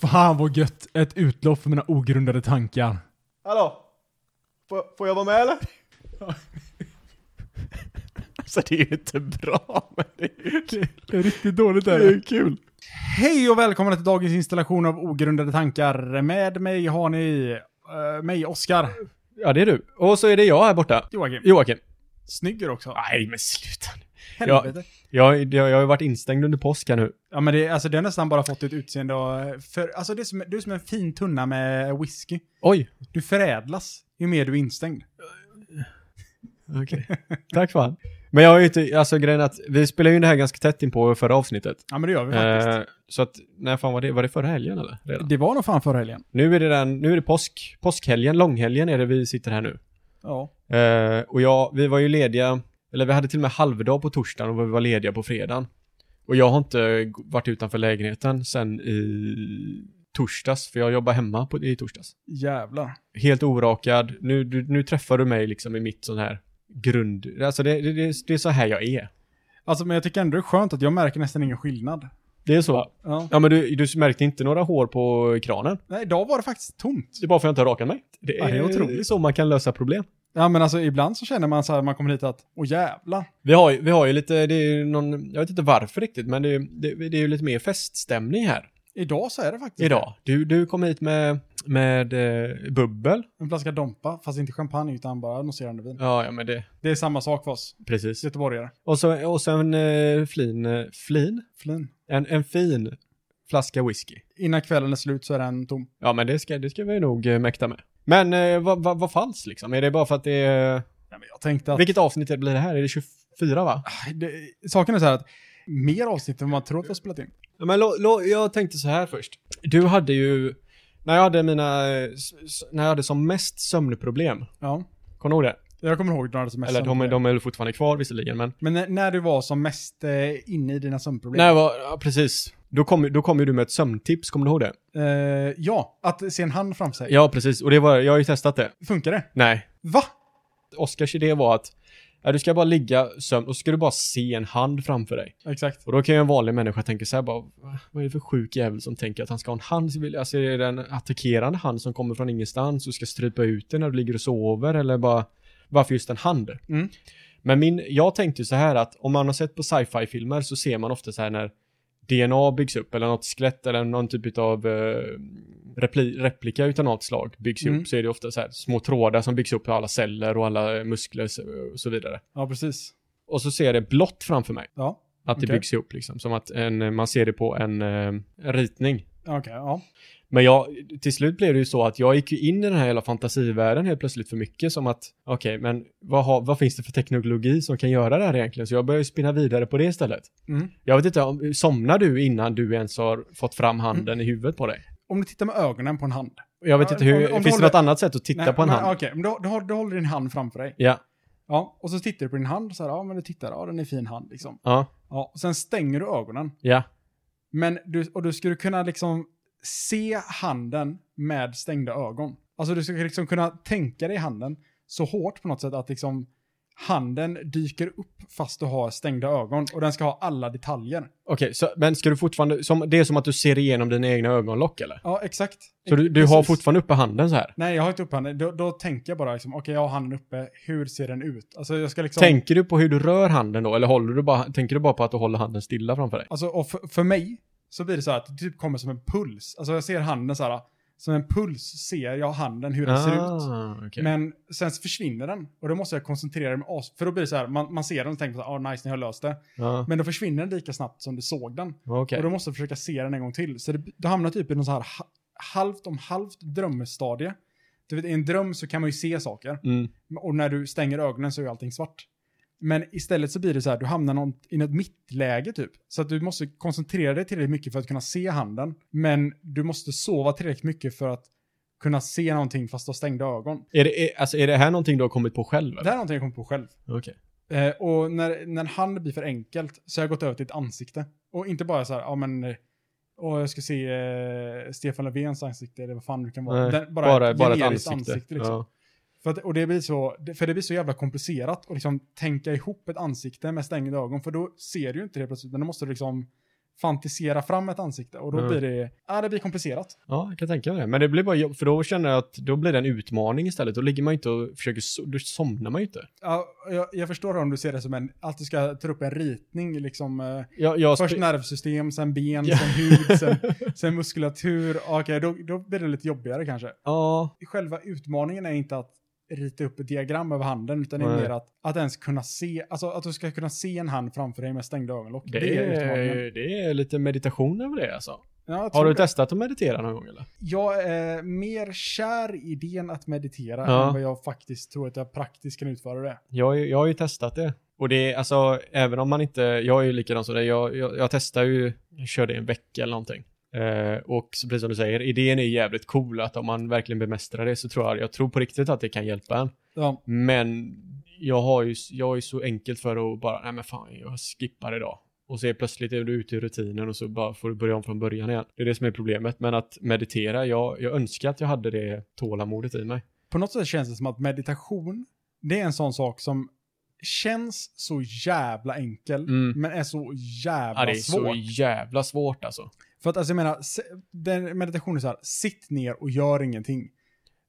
Fan vad gött! Ett utlopp för mina ogrundade tankar. Hallå? Får, får jag vara med eller? Alltså det är ju inte bra, men det är ju kul. Det är riktigt dåligt Det är ju kul. Hej och välkomna till dagens installation av ogrundade tankar. Med mig har ni eh, mig, Oskar. Ja, det är du. Och så är det jag här borta. Joakim. Joakim. Snygg är du också. Nej, men sluta nu. Helvete. Ja. Jag, jag, jag har ju varit instängd under påsk här nu. men det, alltså, det har nästan bara fått ett utseende och, för, alltså det är som, Du är som en fin tunna med whisky. Oj. Du förädlas ju mer du är instängd. Okej. Tack fan. Men jag har ju inte, alltså grejen är att vi spelade ju in det här ganska tätt in på förra avsnittet. Ja men det gör vi faktiskt. Eh, så att, när fan var det? Var det förra helgen eller? Redan? Det var nog fan förra helgen. Nu är det den, nu är det påsk, påskhelgen, långhelgen är det vi sitter här nu. Ja. Eh, och jag, vi var ju lediga, eller vi hade till och med halvdag på torsdagen och vi var lediga på fredagen. Och jag har inte g- varit utanför lägenheten sen i torsdags, för jag jobbar hemma på, i torsdags. Jävlar. Helt orakad, nu, du, nu träffar du mig liksom i mitt sån här grund... Alltså det, det, det, det är så här jag är. Alltså men jag tycker ändå det är skönt att jag märker nästan ingen skillnad. Det är så. Ja. Ja men du, du märkte inte några hår på kranen? Nej, idag var det faktiskt tomt. Det är bara för att jag inte har rakat mig. Det är, Ja, det är otroligt. så man kan lösa problem. Ja men alltså ibland så känner man så här, man kommer hit att, åh jävla. Vi har, ju- vi har ju lite, det är ju någon, jag vet inte varför riktigt, men det, är ju- det, det är ju lite mer feststämning här Idag så är det faktiskt idag. Du, du kom hit med, med eh, bubbel. En flaska Dompa, fast inte champagne utan bara annonserande vin. Ja, ja men det, Det är samma sak för oss precis. göteborgare. Och så, och så en eh, flin, eh, flin? Flin. En, en fin flaska whisky. Innan kvällen är slut så är den tom. Ja, men det ska, det ska vi nog eh, mäkta med. Men eh, vad, vad, vad falskt liksom? Är det bara för att det är... Nej, men jag tänkte att... Vilket avsnitt blir det här? Är det 24 va? Det, saken är så här att mer avsnitt än vad man tror att vi har spelat in. Ja, men lo, lo, jag tänkte så här först. Du hade ju, när jag hade mina, eh, s- s- när jag hade som mest sömnproblem, Ja. kommer du ihåg det? Jag kommer ihåg några sms. Eller de, de är väl fortfarande kvar visserligen, men Men när- när du var som mest eh, inne i dina sömnproblem. när jag var, ja, precis. Då kom, ju- då kom ju du med ett sömntips, kommer du ihåg det? Eh, ja, att se en hand framför sig. Ja, precis. Och det var, jag har ju testat det. Funkar det? Nej. Va? Oskars idé var att, ja, du ska bara ligga sömn och så ska du bara se en hand framför dig. Exakt. Och då kan ju en vanlig människa tänka så här bara, "Va? vad är det för sjuk jävel som tänker att han ska ha en hand? som vill- Alltså är det en attackerande hand som kommer från ingenstans och ska strypa ut dig när du ligger och sover eller bara, varför just en hand? Mm. Men min, jag tänkte ju så här att om man har sett på sci-fi filmer så ser man ofta så här när DNA byggs upp eller något skelett eller någon typ av eh, repli, replika utan något slag byggs ju Mm. upp så är det ofta så här små trådar som byggs upp på alla celler och alla muskler och så vidare. Ja, precis. Och så ser jag det blått framför mig. Ja. Att det Okej. byggs ihop liksom. Som att en, man ser det på en, eh, en ritning. Okej, ja. Men jag, till slut blev det ju så att jag gick ju in i den här hela fantasivärlden helt plötsligt för mycket. Som att, okej, men vad, har, vad finns det för teknologi som kan göra det här egentligen? Så jag började ju spinna vidare på det istället. Mm. Jag vet inte, om, somnar du innan du ens har fått fram handen i huvudet på dig? Om du tittar med ögonen på en hand. Jag vet Mm. Ja, inte hur, om- om du finns det håller- något annat sätt att titta Nej, på en men, hand? Okej, men du, du, har- du håller din hand framför dig. Ja, Ja, och så tittar du på din hand så här, ja men du tittar, ja den är fin hand liksom. ja, Ja, och sen stänger du ögonen. ja. Men du, och du skulle kunna liksom se handen med stängda ögon. Alltså du skulle liksom kunna tänka dig handen så hårt på något sätt att liksom handen dyker upp fast du har stängda ögon och den ska ha alla detaljer. Okej, så- men ska du fortfarande, som, det är som att du ser igenom dina egna ögonlock eller? Ja, exakt. Så du, du har Precis. fortfarande uppe handen så här? Nej, jag har inte upp handen. Då, då tänker jag bara liksom, okej jag har handen uppe, hur ser den ut? Alltså jag ska liksom... Tänker du på hur du rör handen då? Eller håller du bara, tänker du bara på att du håller handen stilla framför dig? Alltså, och för, för mig så blir det så här att det typ kommer som en puls. Alltså jag ser handen så här, som en puls ser jag handen hur den ser ut. Ah, okej. Men sen så försvinner den och då måste jag koncentrera mig as- För då blir det så här, man, man ser den och tänker så här, ah, nice, ni har löst det. Ja, Men då försvinner den lika snabbt som du såg den. okej. Och då måste jag försöka se den en gång till. Så det, du hamnar typ i någon så här ha- halvt om halvt drömstadie. Du vet, i en dröm så kan man ju se saker. Mm. Och när du stänger ögonen så är ju allting svart. Men istället så blir det så här, du hamnar någon, i något mittläge typ. Så att du måste koncentrera dig tillräckligt mycket för att kunna se handen. Men du måste sova tillräckligt mycket för att kunna se någonting fast du har stängda ögon. Är, det, är, alltså, är det här någonting du har kommit på själv? Det här är någonting jag kom på själv. Okej. Eh, och när, när en hand blir för enkelt så har jag gått över till ett ansikte. Och inte bara så här, ja men, eh, åh, jag ska se eh, Stefan Löfvens ansikte eller vad fan det kan vara. Nej, Den- Bara, bara, ett generiskt ansikte. liksom. ja. För, att, och det blir så, för det blir så jävla komplicerat att liksom tänka ihop ett ansikte med stängda ögon. För då ser du ju inte det plötsligt. Men då måste du liksom fantisera fram ett ansikte och då Mm. blir det, ja det blir komplicerat. Ja, jag kan tänka mig det. Men det blir bara jobb, för då känner jag att då blir det en utmaning istället. Då ligger man ju inte och försöker, so- då somnar man ju inte. Ja, jag, jag förstår om du ser det som en, att du ska ta upp en ritning liksom. Eh, Jag, jag först spe- nervsystem, sen ben, Ja. sen hud, sen, sen muskulatur. Okej, då, då blir det lite jobbigare kanske. ja, Själva utmaningen är inte att rita upp ett diagram över handen, utan det är Nej. mer att, att ens kunna se, alltså att du ska kunna se en hand framför dig med stängda ögonlock. det, är, det är lite meditation över det alltså. Ja, jag Har tror du det. testat att meditera någon gång eller? Jag är mer kär i idén att meditera Ja. än vad jag faktiskt tror att jag praktiskt kan utföra det. Jag, har ju- jag har ju testat det. Och det är alltså, även om man inte, jag är ju likadan som dig, jag, jag, jag testar ju, jag körde i en vecka eller någonting. Eh, och så precis som du säger, idén är jävligt cool att om man verkligen bemästrar det så tror jag, jag tror på riktigt att det kan hjälpa en. Ja, Men jag har ju, jag är så enkelt för att bara, nej men fan, jag skippar idag. Och så är plötsligt är du ute i rutinen och så bara får du börja om från början igen. Det är det som är problemet. Men att meditera, jag, jag önskar att jag hade det tålamodet i mig. på något sätt känns det som att meditation, det är en sån sak som känns så jävla enkel, Mm. men är så jävla Ja, det är svår. så jävla svårt alltså. För att alltså, jag menar, se- den meditation är så här, sitt ner och gör ingenting.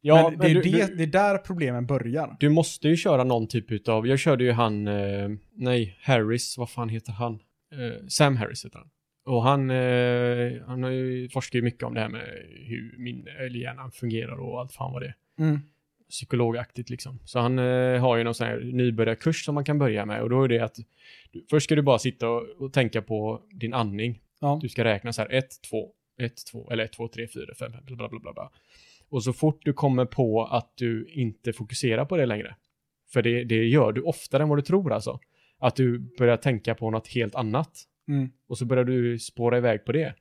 Ja, men det, är du, det, Du, det är där problemen börjar. du måste ju köra någon typ utav, jag körde ju han, eh, nej, Harris, vad fan heter han? Eh, Sam Harris heter han. Och han, eh, han har ju, forskar ju mycket om det här med hur min eller hjärnan fungerar och allt fan vad det är. psykologaktigt liksom. Så han eh, har ju någon sån här nybörjarkurs som man kan börja med och då är det att du, först ska du bara sitta och, och tänka på din andning. Ja. Du ska räkna så här 1, 2, 1, 2 eller 1, 2, 3, 4, 5, bla bla bla bla. bla. Och så fort du kommer på att du inte fokuserar på det längre, för det, det gör du oftare än vad du tror alltså, att du börjar tänka på något helt annat Mm. och så börjar du spåra iväg på det,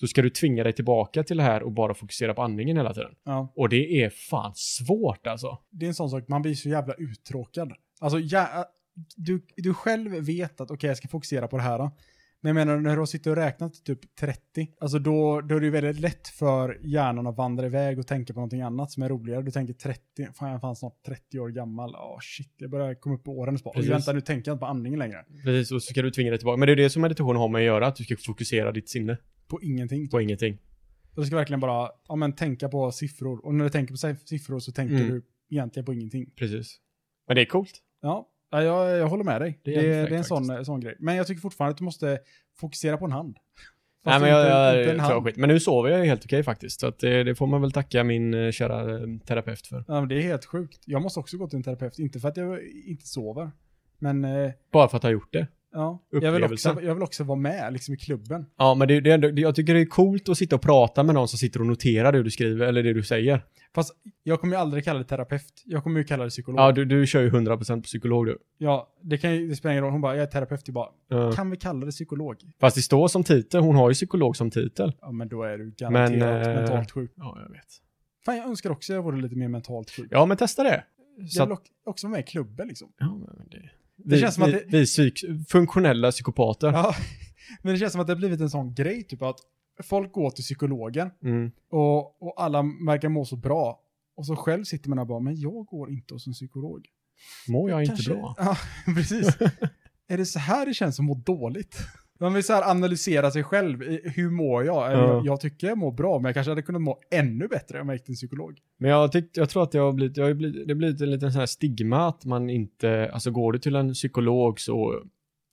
så ska du tvinga dig tillbaka till det här och bara fokusera på andningen hela tiden. Ja. Och det är fan svårt alltså. Det är en sån sak, man blir så jävla uttråkad. Alltså, ja, du, du själv vet att okej, jag ska fokusera på det här. då. Men jag menar, när du har suttit och räknat till typ 30, alltså då, då är det ju väldigt lätt för hjärnan att vandra iväg och tänka på någonting annat som är roligare. Du tänker 30, fan jag är fan snart 30 år gammal, ja shit, jag börjar komma upp på åren. Och Precis. vänta, nu tänker jag inte på andningen längre. Precis, och så ska du tvinga dig tillbaka. Men det är det som meditation har med att göra, att du ska fokusera ditt sinne På ingenting. på ingenting. Och du ska verkligen bara ja, men, tänka på siffror. Och när du tänker på si- siffror så tänker Mm. du egentligen på ingenting. Precis. Men det är coolt. Ja, ja, jag, jag håller med dig. Det, Det är det, jävligt är fräckt en sån, sån grej. Men jag tycker fortfarande att du måste fokusera på en hand. Nej, Fast men jag, jag, inte en jag tar skit. Men nu sover jag ju helt okej faktiskt. Så att det, det får man väl tacka min eh, kära eh, terapeut för. Ja, men det är helt sjukt. Jag måste också gå till en terapeut. Inte för att jag inte sover. Men eh, Bara för att ha gjort det. ja, jag vill, också, Upplevelsen. jag vill också vara med liksom, i klubben. Ja, men det, det, är ändå- det, jag tycker det är coolt att sitta och prata med någon som sitter och noterar det du skriver, eller det du säger. Fast jag kommer ju aldrig kalla det terapeut. Jag kommer ju kalla det psykolog. Ja, Ja, du, du kör ju 100% på psykolog du. det, kan ju, det spelar ingen roll. Hon bara, jag är terapeut. Jag bara, Ja. kan vi kalla det psykolog? Fast det står som titel, hon har ju psykolog som titel. Ja, men då är du garanterat Men, eh, mentalt sjuk. Ja, jag vet. Fan, jag önskar också jag vore lite mer mentalt sjuk. Ja, men testa det. Så Jag att, vill ock- också vara med i klubben liksom. ja, men det, vi, känns som att vi, det- vi psyk, funktionella psykopater. Ja, men det känns som att det har blivit en sån grej, typ att folk går till psykologen Mm. och, och alla verkar må så bra. Och så själv sitter man där och bara, men jag går inte hos en psykolog. Mår jag Kanske- inte bra? Ja, precis. är det så här det känns att må dåligt? Man vill så här analysera sig själv, i- hur mår jag? Eller, Ja. Jag, jag tycker jag mår bra, men jag kanske hade kunnat må ännu bättre om jag gick till en psykolog. Men jag, tyckte, jag tror att det har blivit, jag har blivit, det har blivit en liten sån här stigma att man inte, alltså går du till en psykolog så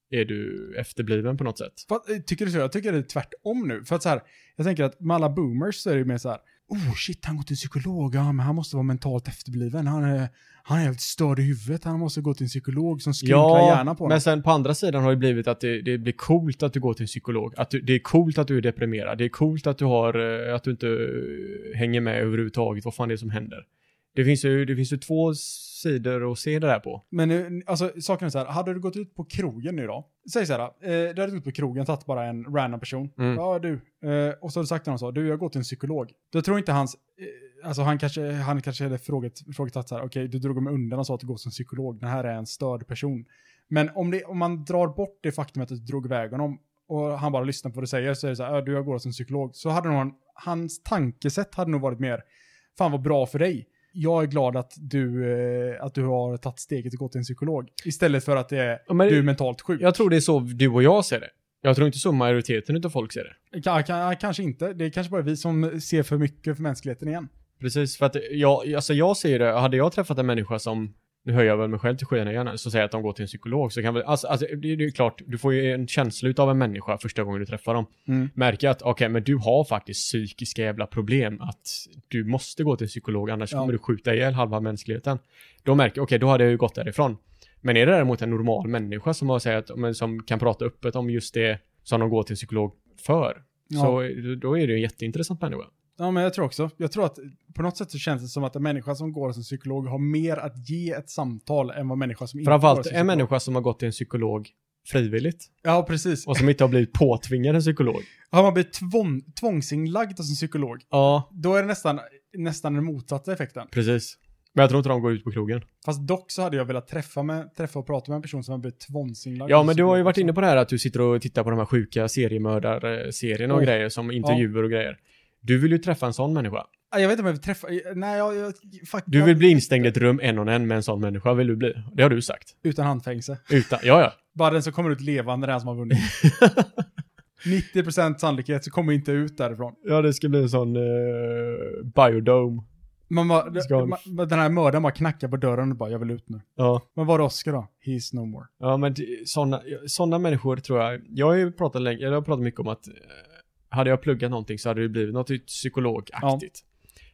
är du efterbliven på något sätt. Fast, eh, tycker du så? Jag tycker det är tvärtom nu. För att så här, jag tänker att med alla boomers så är det ju mer så här, oh shit, han går till en psykolog, ja, men han måste vara mentalt efterbliven, han är, han är helt störd i huvudet, han måste gå till en psykolog som skrynklar hjärnan på honom. men sen på andra sidan har det blivit att det, det blir coolt att du går till en psykolog. Att du, det är coolt att du är deprimerad. Det är coolt att du, har, eh, att du inte eh, hänger med överhuvudtaget vad fan det är som händer. Det finns ju, det finns ju två sidor att se det där på. Men nu, alltså saken är så här, hade du gått ut på krogen nu då? Säg så här, eh, du hade gått ut på krogen, tagit bara en random person. Mm. Ja, du. Eh, och så har du sagt till honom så, du jag går till en psykolog. Då tror inte hans, eh, alltså han kanske, han kanske hade frågat, frågat så här, okej du drog mig undan och sa att du går till en psykolog, den här är en störd person. Men om, det, om man drar bort det faktumet att du drog iväg honom och han bara lyssnar på vad du säger så är det så här, "Ja, du jag går till en psykolog. Så hade nog han, hans tankesätt hade nog varit mer, fan vad bra för dig. Jag är glad att du, eh, att du har tagit steget och gått till en psykolog. Istället för att det är, Ja, men- du är mentalt sjuk. Jag tror det är så du och jag ser det. Jag tror inte så majoriteten utav folk ser det. Ka- ka- kanske inte. Det är kanske bara vi som ser för mycket för mänskligheten igen. Precis, för att jag, alltså jag ser det, hade jag träffat en människa som, nu höjer jag väl mig själv till skyarna igen, här, så säger jag att de går till en psykolog så kan väl, alltså, alltså det är ju klart, du får ju en känsla utav en människa första gången du träffar dem. Mm. Märker att, okej, men du har faktiskt psykiska jävla problem, att du måste gå till en psykolog, annars Ja. kommer du skjuta ihjäl halva mänskligheten. Då märker jag, okej, då hade jag ju gått därifrån. Men är det däremot en normal människa som har sagt, men som kan prata öppet om just det som de går till en psykolog för, Ja. så då är det ju en jätteintressant människa. Ja, men jag tror också. Jag tror att på något sätt så känns det som att en människa som går som psykolog har mer att ge ett samtal än vad människa som inte går Framförallt som en psykolog. människa som har gått till en psykolog frivilligt Ja, precis. och som inte har blivit påtvingad en psykolog. Har man blivit tvång, tvångsinlagd som psykolog, Ja, då är det nästan, nästan den motsatta effekten. precis. Men jag tror inte de går ut på krogen. Fast dock så hade jag velat träffa, med, träffa och prata med en person som har blivit tvångsinlagd. Ja, som men du har ju psykolog varit också. inne på det här att du sitter och tittar på de här sjuka seriemördarserierna och Oh. grejer som intervjuer och grejer. Du vill ju träffa en sån människa. Ah, Jag vet inte om jag vill träffa... Nej, jag... jag fuck, Du jag- vill bli instängd i ett rum en och en med en sån människa vill du bli. Det har du sagt. Utan handfängsel. Utan, ja, ja. Bara den som kommer ut levande, den som har vunnit. 90% sannolikhet så kommer inte ut därifrån. Ja, det ska bli en sån eh, biodome. Man bara, Ska han- man, den här mördaren bara knackar på dörren och bara, jag vill ut nu. Ja. Men var det Oscar då? He's no more. Ja, men det- såna, såna människor tror jag, jag har ju pratat, länge, jag har pratat mycket om att eh, hade jag pluggat någonting så hade det blivit något typ psykologaktigt.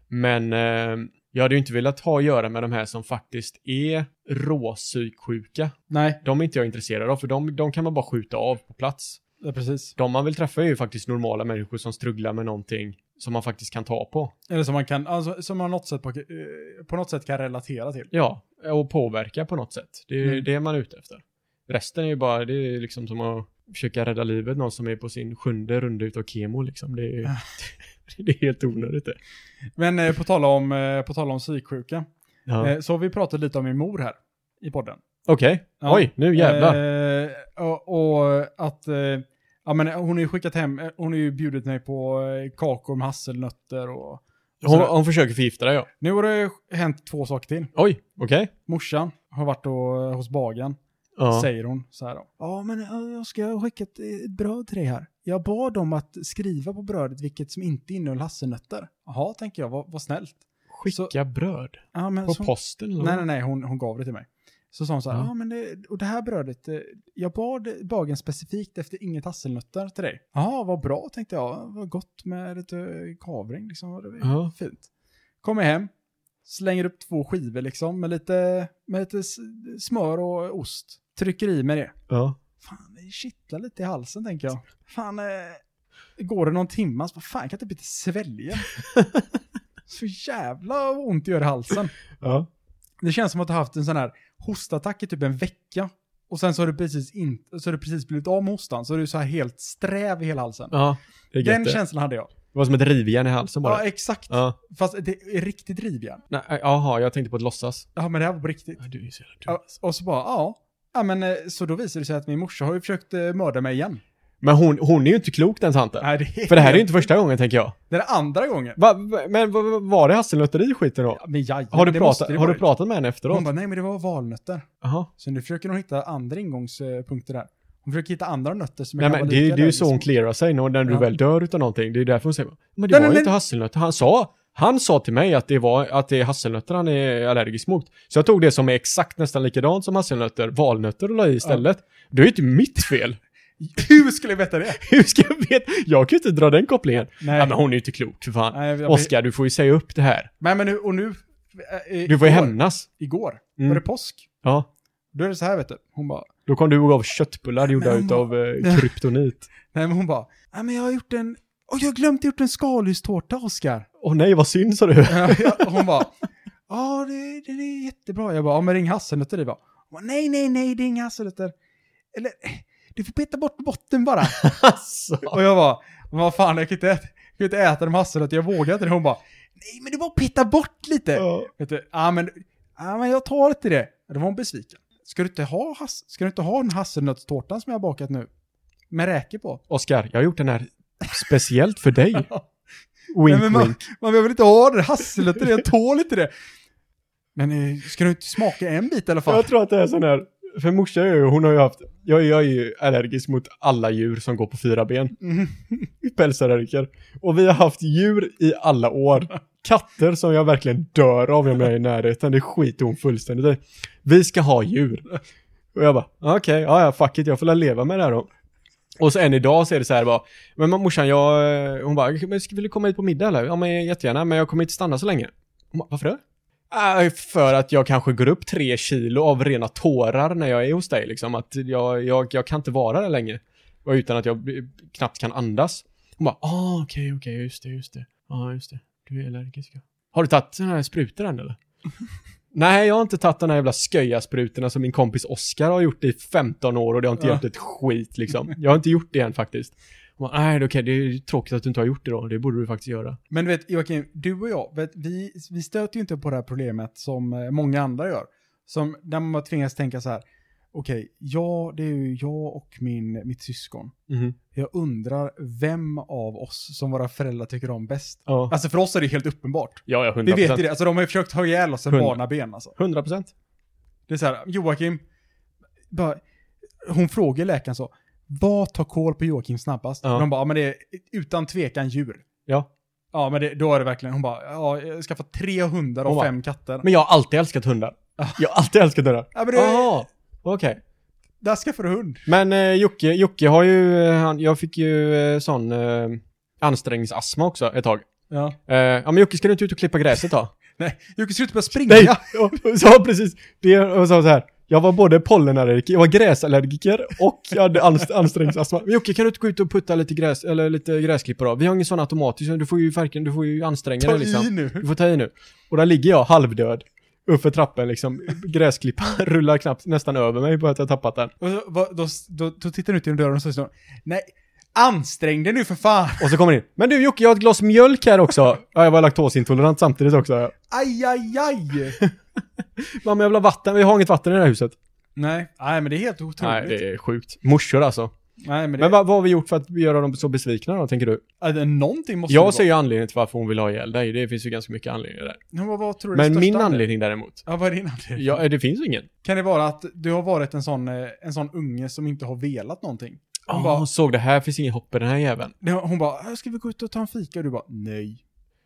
Men eh, jag hade ju inte velat ha att göra med de här som faktiskt är råpsyksjuka. Nej, De är inte jag intresserad av, för de, de kan man bara skjuta av på plats. ja, precis. De man vill träffa är ju faktiskt normala människor som strugglar med någonting som man faktiskt kan ta på. Eller som man kan, alltså, som man något sätt på, eh, på något sätt kan relatera till. Ja, och påverka på något sätt. Det är ju Mm. det man är ute efter. Resten är ju bara, det är liksom som att försöka rädda livet någon som är på sin sjunde runda utav kemo liksom. Det är, det är helt onödigt det. Men eh, på tal om, eh, på tal om psyksjuka, Ja. eh, så har vi pratat lite om min mor här i podden. Okej, Ja. oj, nu jävlar. Eh, och, och att, eh, ja men hon har ju skickat hem, eh, hon har ju bjudit mig på eh, kakor med hasselnötter och... hon, hon försöker förgifta dig ja. Nu har det hänt två saker till. Oj, okej. Morsan har varit och, hos bagaren. Ja. säger hon så här då. Ja, men ja, jag ska skicka ett, eh, ett bröd till dig här. Jag bad dem att skriva på brödet vilket som inte innehöll hasselnötter. Jaha, tänker jag, vad, vad snällt. Skicka bröd Ja, men på så, posten eller? nej, nej, nej, hon, hon gav det till mig. Så sa hon så här, Ja. ja, men det, och det här brödet, eh, jag bad bagen specifikt efter inget hasselnötter till dig. Jaha, vad bra tänkte jag, vad gott med lite kavring liksom, vad det var Ja. fint. Kommer hem, slänger upp två skivor liksom med lite, med lite s- smör och ost. Trycker i med det. Ja. Fan, det kittlar lite i halsen tänker jag. Fan, eh, går det någon timme så bara, fan kan jag inte bli svälja? så jävla ont det gör i halsen. Ja. Det känns som att du har haft en sån här hostattack i typ en vecka. Och sen så har du precis, in, så har du precis blivit av med hostan, så är du så här helt sträv i hela halsen. ja. Det, är Den gött, det. känslan hade jag. det var som ett rivjärn i halsen bara. Ja, exakt. Ja. Fast det är riktigt rivjärn. Nej, Jaha, jag tänkte på ett låtsas. Ja, men det här var på riktigt. Ja, Du är så jävla dum. Ja, och så alltså. bara, ja. Ja, men eh, så då visar det sig att min morsa har ju försökt eh, mörda mig igen. Men hon, hon är ju inte klok den tanten. Nej, det är, För det här är ju inte första gången tänker jag. Det är andra gången. Va, va- men va, va- var det hasselnötter i skiten då? Ja, Men jajamän, har du, det pratat, måste det har du varit. pratat med henne efteråt? Hon bara, nej men det var valnötter. Jaha. Så nu försöker hon hitta andra ingångspunkter där. Hon försöker hitta andra nötter som Nej jag men kan det, vara är- lika det är ju allergisk så hon mot. clearar sig när när du liksom?" Ja. väl dör utav någonting. Det är därför hon säger Men det Nej, var nej, ju nej. inte hasselnötter. Han sa, han sa till mig att det var att det är hasselnötter han är allergisk mot. Så jag tog det som är exakt nästan likadant som hasselnötter, valnötter och la i istället. Det är ju inte mitt fel. Hur skulle jag veta det? Hur ska jag veta? Jag kan ju inte dra den kopplingen. Nej. Ja, men hon är ju inte klok för fan. Nej, jag- Oskar, du får ju säga upp det här. Nej men nu, och nu... eh, eh, Du får ju igår- hämnas. Igår, Mm. var det påsk? Ja. Då är det så här vet du. Hon bara, Då kom du och gav köttbullar gjorda men- utav eh, kryptonit. nej men hon bara, nej men jag har gjort en... Åh, jag har glömt gjort en skalhustårta, Oskar. Åh nej, vad synd sa du. Ja, ja, hon bara, ja det, det, det är jättebra. Jag bara, ja men ring hasselnötter du bara. Hon bara, nej nej nej, det är inga hasselnötter. Eller, eh, du får peta bort botten bara. alltså. Och jag bara, men vad fan, jag kan inte äta, jag kan inte äta de hasselnötter, jag vågar inte det. Hon bara, nej men du bara peta bort lite. Ja. Vet du, ja men, ja men jag tar inte det. Då var hon besviken. Ska du inte ha, has- ska du inte ha den hasselnötstårtan som jag har bakat nu? Med räkor på. Oskar, jag har gjort den här speciellt för dig. Nej, Wink men man, wink. man behöver inte ha det, hasselnötter, jag tål inte det. Men eh, ska du inte smaka en bit i alla fall? Jag tror att det är sån här för morsan är ju- hon har ju haft, jag, jag är ju allergisk mot alla djur som går på fyra ben. Mm. Pälsallergiker. Och vi har haft djur i alla år. Katter som jag verkligen dör av om jag är i närheten, det skiter hon fullständigt i. Vi ska ha djur. Och jag bara, okej, ja ja, fuck it, jag får väl leva med det här då. Och så än idag så är det så här bara, men morsan jag, eh," hon bara, men ska- vill du komma hit på middag eller? Ja men jättegärna, men jag kommer inte stanna så länge. Hon bara, varför det? "Ah, För att jag kanske går upp tre kilo av rena tårar när jag är hos dig liksom. Att jag, jag, jag kan inte vara där länge. Och utan att jag eh, knappt kan andas. Hon bara, ah okej, okej, just det, just det. Ja, just det. Du är allergisk ja. Har du tagit den här sprutan än eller? Nej, jag har inte tagit den här jävla sköja-sprutorna som min kompis Oskar har gjort i 15 år och det har inte Ja. hjälpt ett skit liksom. Jag har inte gjort det än faktiskt. Hon bara, nej det är okej, det är tråkigt att du inte har gjort det då. Det borde du faktiskt göra. Men du vet, Joakim, du och jag, vet, vi, vi stöter ju inte på det här problemet som eh, många andra gör. Som där man tvingas tänka så här, okej, ja, det är ju jag och min, mitt syskon. Mhm. Jag undrar vem av oss som våra föräldrar tycker om bäst. Ja. Alltså för oss är det helt uppenbart. ja, ja, 100%. Vi vet ju det, alltså de har ju försökt ha ihjäl oss en Hundra. barnaben alltså. 100%. Det är så här, Joakim, bara, hon frågar läkaren så, vad tar koll på Joakim snabbast? Ja. Och De bara, ja men det är utan tvekan djur. Ja. Ja men det, då är det verkligen, hon bara, ja jag ska få tre hundar Hon och bara, fem katter. Men jag har alltid älskat hundar. Jag har alltid älskat hundar. ja men det, Jaha, okej. där skaffar du hund. Men eh, Jocke, Jocke har ju, eh, han, jag fick ju eh, sån eh, ansträngningsastma också ett tag. Ja. Eh, ja men Jocke, ska du inte ut och klippa gräset då? Nej, Jocke sluta börja springa. Nej! Ja, precis. Det, och så, så här. Jag var både pollenallergiker, jag var gräsallergiker och jag hade anst- ansträngningsastma. Men Jocke, kan du inte gå ut och putta lite gräs, eller lite gräsklippor då? Vi har ingen sån automatisk, du får ju verkligen, du får ju anstränga Ta dig liksom. i nu. Du får ta i nu. Och där ligger jag halvdöd. Uppför trappen liksom. Gräsklippan rullar knappt nästan över mig på att jag tappat den. Och så, vad- då, då, då tittar hon ut genom dörren och så säger hon, nej, ansträng dig nu för fan. Och så kommer den in. Men du Jocke, jag har ett glas mjölk här också. Ja, jag var laktosintolerant samtidigt också. Aj, aj, aj. Mamma, jag vill ha vatten. Vi har inget vatten i det här huset. nej, nej men det är helt otroligt. Nej, det är sjukt. Morsor alltså. Nej, men det, Men vad, vad har vi gjort för att göra dem så besvikna då, tänker du? alltså, någonting måste det vara. Jag ser ju anledningen till varför hon vill ha ihjäl dig. Det finns ju ganska mycket anledningar där. Ja, vad, vad tror du är Men största min anledning däremot. Ja, vad är din anledning? Ja, eh, det finns ingen. Kan det vara att du har varit en sån, eh, en sån unge som inte har velat någonting? Hon Hon bara- hon såg det här, finns ingen hopp i den här jäveln. Det- Hon bara, "Äh, ska vi gå ut och ta en fika? Och du bara, nej.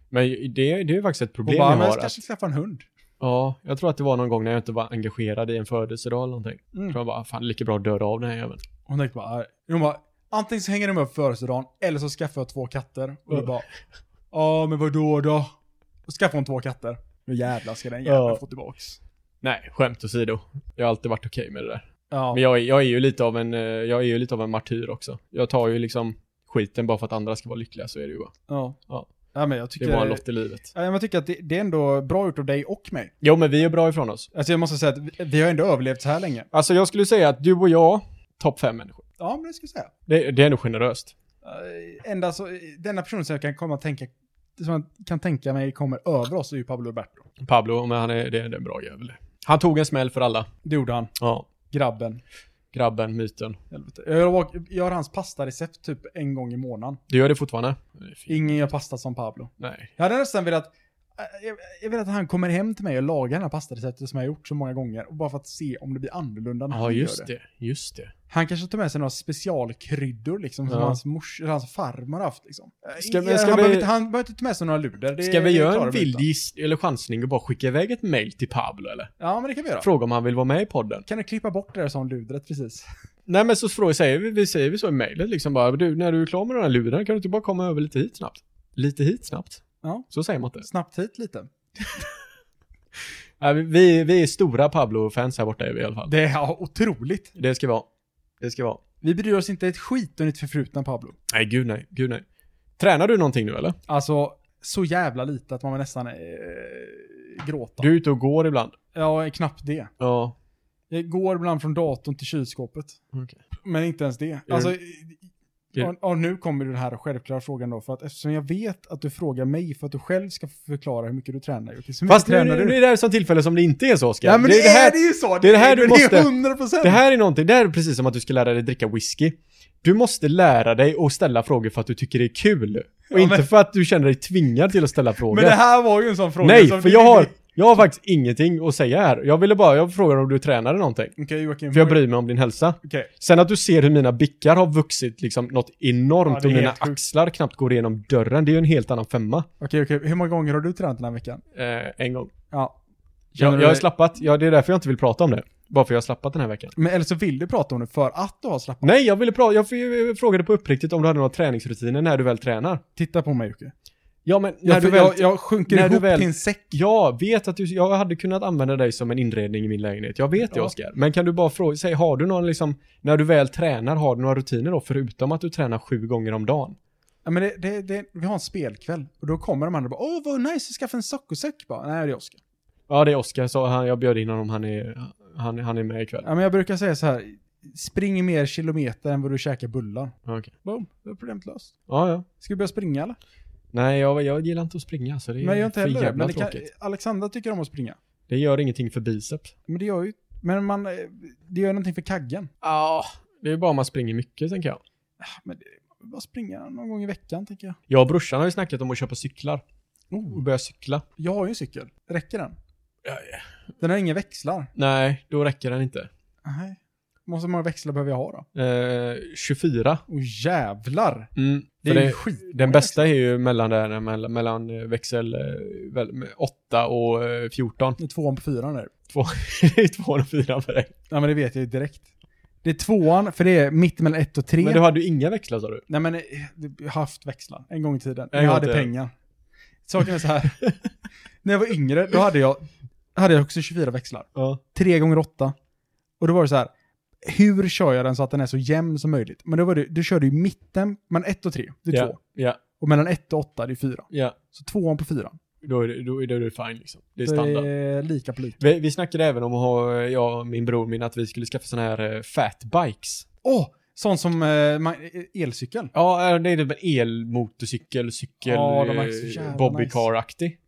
Men det, det är faktiskt ett problem Hon bara, jag men har. alltså- jag kanske skaffa en hund. Ja, jag tror att det var någon gång när jag inte var engagerad i en födelsedag eller någonting. Mm. Jag tror jag bara, fan lika bra att döda av den här jäveln. Hon tänkte bara, "Äh." hon bara, antingen så hänger de upp födelsedagen eller så skaffar jag två katter. Och du Ja. bara, ja men vadå då? Och skaffar hon två katter. Nu jävlar ska den jäveln Ja. få tillbaks. Nej, skämt åsido. Jag har alltid varit okej med det där. Ja, Men jag, är- jag är ju lite av en, eh, jag är ju lite av en martyr också. Jag tar ju liksom skiten bara för att andra ska vara lyckliga, så är det ju bara. ja. Ja. ja men jag Det tycker, är bara en lott i livet. ja, men jag tycker att det, det är ändå bra gjort av dig och mig. Jo, men vi är bra ifrån oss. Alltså jag måste säga att vi, vi har ändå överlevt så här länge. Alltså jag skulle säga att du och jag, topp fem människor. Ja, men det ska jag säga. Det, det är nog generöst. Eh, enda så, denna personen som jag kan komma att tänka, som jag kan tänka mig kommer över oss är ju Pablo Roberto. Pablo, men han är, det är en bra jävel. Han tog en smäll för alla. Det gjorde han. Ja. Grabben. Grabben, myten. Helvete. Jag gör- gör hans pastarecept typ en gång i månaden. Du gör det fortfarande? Det är fint. Ingen gör pasta som Pablo. Nej. Jag hade nästan velat... eh, Jag, jag vill att han kommer hem till mig och lagar den här pastareceptet som jag har gjort så många gånger. Och bara för att se om det blir annorlunda när Ja, han just gör det. det. Just det. Han kanske tar med sig några specialkryddor liksom som Ja. hans, mors, eller hans farmor har haft liksom. Eh, Ska vi- eh, ska han, vi- behöver inte, han behöver inte ta med sig några luder. Det Ska vi det göra klarar en vi vild utan. giss- eller chansning och bara skicka iväg ett mail till Pablo eller? Ja, men det kan vi göra. Fråga om han vill vara med i podden. Kan du klippa bort det där som ludret precis? Nej men så frågar, säger vi, vi säger vi så i mejlet liksom bara, du när du är klar med den här luren kan du inte bara komma över lite hit snabbt? Lite hit snabbt? Ja. Så säger man inte. Snabbt hit lite. Nej, vi, vi är stora Pablo-fans här borta är vi i alla fall. Det är ja, otroligt. Det ska vi ha. Det ska vi ha. Vi bryr oss inte ett skit om ditt förflutna Pablo. Nej, gud nej. Gud nej. Tränar du någonting nu eller? Alltså, så jävla lite att man vill nästan eh, gråta. Du är ute och går ibland? Ja, knappt det. Ja. Jag går ibland från datorn till kylskåpet. Okej. Men inte ens det. du- Alltså, du- och, och nu kommer den här självklara frågan då, för att eftersom jag vet att du frågar mig för att du själv ska förklara hur mycket du tränar, Jocke. Så mycket Fast nu tränar nu är det här som tillfälle som det inte är så Oskar. Ja, men det, det är här- det ju så! det är det här du Det måste- är 100 procent! Det här är någonting, det här är precis som att du ska lära dig dricka whisky. Du måste lära dig att ställa frågor för att du tycker det är kul. Och Ja, inte men- för att du känner dig tvingad till att ställa frågor. Men det här var ju en sån fråga Nej, som för du jag ville- har, Jag har faktiskt ingenting att säga här. Jag ville bara, jag frågar om du tränade någonting. Okej Joakim. För jag får- bryr mig om din hälsa. Okej. Sen att du ser hur mina bickar har vuxit liksom något Ja, enormt det är och mina helt sjukt. axlar knappt går igenom dörren, det är ju en helt annan femma. Okej, okej. Hur många gånger har du tränat den här veckan? Eh, en gång. Ja. Känner Jag, du jag har dig- slappat, ja, det är därför jag inte vill prata om det. Bara för jag har slappat den här veckan. Men eller så vill du prata om det för att du har slappat. Nej, jag ville prata, jag, f- jag frågade på uppriktigt om du hade några träningsrutiner när du väl tränar. Titta på mig Jocke. Ja, men när Jag, du väl... jag, jag sjunker när ihop du väl- till en säck. Jag vet att du, jag hade kunnat använda dig som en inredning i min lägenhet. Jag vet det Ja. Oskar. Men kan du bara fråga, säg, har du någon liksom, när du väl tränar, har du några rutiner då? Förutom att du tränar sju gånger om dagen. Ja, men det, det, det, vi har en spelkväll och då kommer de andra och bara åh vad nice, jag skaffa en sockersäck bara. Nej det är Oskar. Ja, det är Oskar, så han, jag bjöd in honom, han är, han, han är med ikväll. Ja men jag brukar säga så här, spring mer kilometer än vad du käkar bullar. Ja, okej. Boom, då är problemet löst. ja, ja. Ska vi börja springa eller? Nej, jag, jag gillar inte att springa så det är Men jag gör inte för heller det. jävla Men det kan, tråkigt. Alexandra tycker om att springa. Det gör ingenting för biceps. Men det gör ju, men man, eh, det gör någonting för kaggen. Ja. Det är bara om man springer mycket, tänker jag. Ah, Men det, bara springa någon gång i veckan tänker jag. Jag och brorsan har ju snackat om att köpa cyklar. Och börja cykla. Jag har ju en cykel. Räcker den? Den har inga växlar. Nej, då räcker den inte. Nej. Måste många växlar behöver jag ha då? Eh, 24. Och jävlar! Mm, Det för är ju det- skit. Den bästa är ju mellan, där, mellan, mellan eh, växel 8 och eh, 14. Det är tvåan på fyran där. det är 2 och 4 för dig. Ja men det vet jag ju direkt. Det är tvåan, för det är mitt mellan ett och tre. Men du hade ju inga växlar sa du? Nej men, eh, jag har haft växlar en gång i tiden. Nej, jag jag hade inte. pengar. Saken är så här. När jag var yngre, då hade jag, hade jag också 24 växlar. Ja. Tre gånger åtta. Och då var det så här. Hur kör jag den så att den är så jämn som möjligt? Men då var det, du körde ju mitten, mellan ett och tre, det är Ja. två. Ja, Och mellan ett och åtta, det är fyra. ja. Så tvåan på fyran. Då är det, då är det, då är det fine liksom. Det är Så standard. Det är lika på lika. Vi, vi snackade även om att ha, eh, jag och min bror min, att vi skulle skaffa såna här eh, fat bikes. Åh! sån som eh, man, elcykel. Ja, eh, det är typ en elmotorcykel, cykel, Ja, de är eh, så jävla bobbycar-aktig.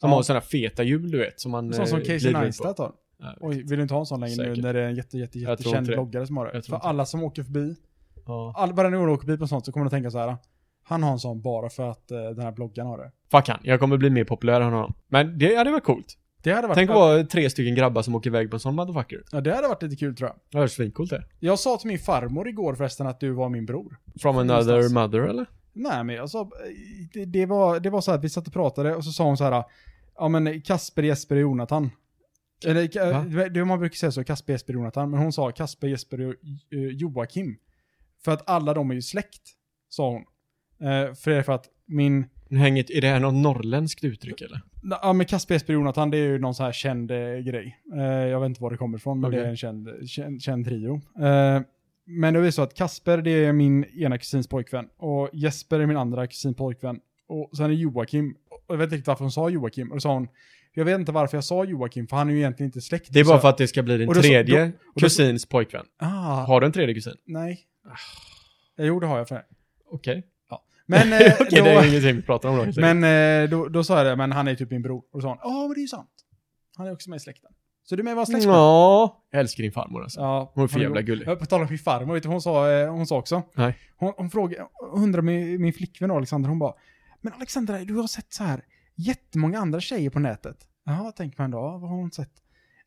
Som Ja. har såna här feta hjul du vet, som man Sån som eh, Casey glider runt Neistat har. på. Ja, Oj, vill du inte ha en sån längre nu Säkert. när det är en jätte, jätte, Jag tror jättekänd inte det. bloggare som har det? Jag tror För inte alla som åker förbi, ja. all, varenda gång du åker förbi på sånt så kommer de tänka så här. Han har en sån bara för att eh, den här bloggaren har det. Fuck han, jag kommer bli mer populär än honom. Men det hade varit coolt. Det hade varit, Tänk att vara tre stycken grabbar som åker iväg på en sån motherfucker. ja, det hade varit lite kul tror jag. Det hade varit svincoolt det. Jag sa till min farmor igår förresten att du var min bror. From another Någonstans. mother eller? Nej men jag sa, det, det, var, det var så här att vi satt och pratade och så sa hon så här, ja men Kasper, Jesper och Jonathan. Eller, Va? Ka- det man brukar säga så, Kasper, Jesper och Jonathan, men hon sa Kasper, Jesper och eh, Joakim. För att alla de är ju släkt, sa hon. Eh, för det är för att min, Hänget, är det här något norrländskt uttryck eller? ja men Kasper, Jesper och Jonathan det är ju någon så här känd eh, grej. Eh, jag vet inte var det kommer ifrån, men det är Okej. en känd, känd, känd trio. Eh, men det är ju så att Kasper det är min ena kusins pojkvän och Jesper är min andra kusin pojkvän. Och sen är Joakim, och jag vet inte riktigt varför hon sa Joakim, och då sa hon, jag vet inte varför jag sa Joakim, för han är ju egentligen inte släkt. Det är bara Så- för att det ska bli din Alltså, Och då så- tredje då så- kusins pojkvän. Ah, Har du en tredje kusin? nej. Ah. Jo, det har jag för det. Okej. Men, eh, Okej, det är då, ingenting vi pratar om då. Men... men eh, då, då sa jag det, men han är typ min bror. Och då sa hon, ja men det är ju sant. Han är också med i släkten. Så du är med i vår släkt? Ja, jag älskar din farmor alltså. Ja, Hon är för är jävla god. gullig. Ja, På tal om min farmor, vet du, hon, sa, eh, hon sa också. Nej. Hon, hon frågade, hon undrar min, min flickvän då, Alexandra, hon bara Men Alexandra, du har sett så här jättemånga andra tjejer på nätet. Ja, tänker man då, ja, vad har hon sett?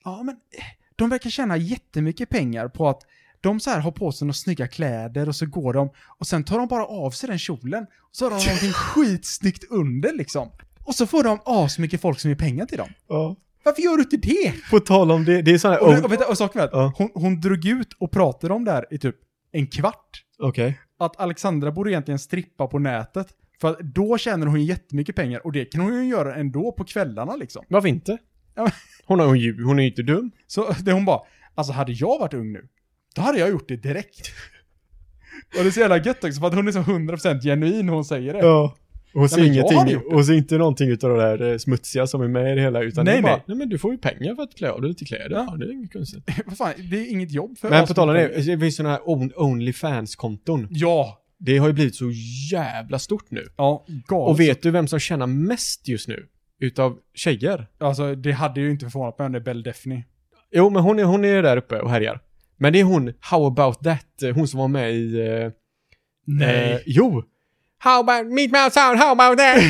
Ja, men eh, de verkar tjäna jättemycket pengar på att de så här har på sig några snygga kläder och så går de och sen tar de bara av sig den kjolen och så har de någonting skitsnyggt under liksom. Och så får de asmycket folk som ger pengar till dem. Varför gör du inte det? På tal om det, det är sån här... Och, oh. och, vänta, och saken är att Ja. hon, hon drog ut och pratade om det här i typ en kvart. oh, Okej. Att Alexandra borde egentligen strippa på nätet. För att då tjänar hon jättemycket pengar och det kan hon ju göra ändå på kvällarna liksom. Varför inte? Ja, men- Hon, har, ju- hon är ju inte dum. Så det hon bara, alltså hade jag varit ung nu, då hade jag gjort det direkt. och det är så jävla gött också för att hon är så 100% genuin när hon säger det. Ja. Hon Nej, ser men jag hade ingenting, gjort hon ser inte någonting utav det där eh, smutsiga som är med i det hela, utan Nej, det är nej. bara, nej men du får ju pengar för att klä av dig lite kläder. Ja. det är inget konstigt. Vad fan, det är inget jobb för Men oss. på tal om det, det finns sådana här on- Onlyfans-konton. Ja, Det har ju blivit så jävla stort nu. ja, galet. Och vet du vem som tjänar mest just nu? Utav tjejer? Alltså det hade ju inte förvånat mig om det är Belle Defny. Jo, men hon är, hon är där uppe och härjar. Men det är hon, How about that, eh, hon som var med i... eh, Eh, jo! How about meet my sound, how about that?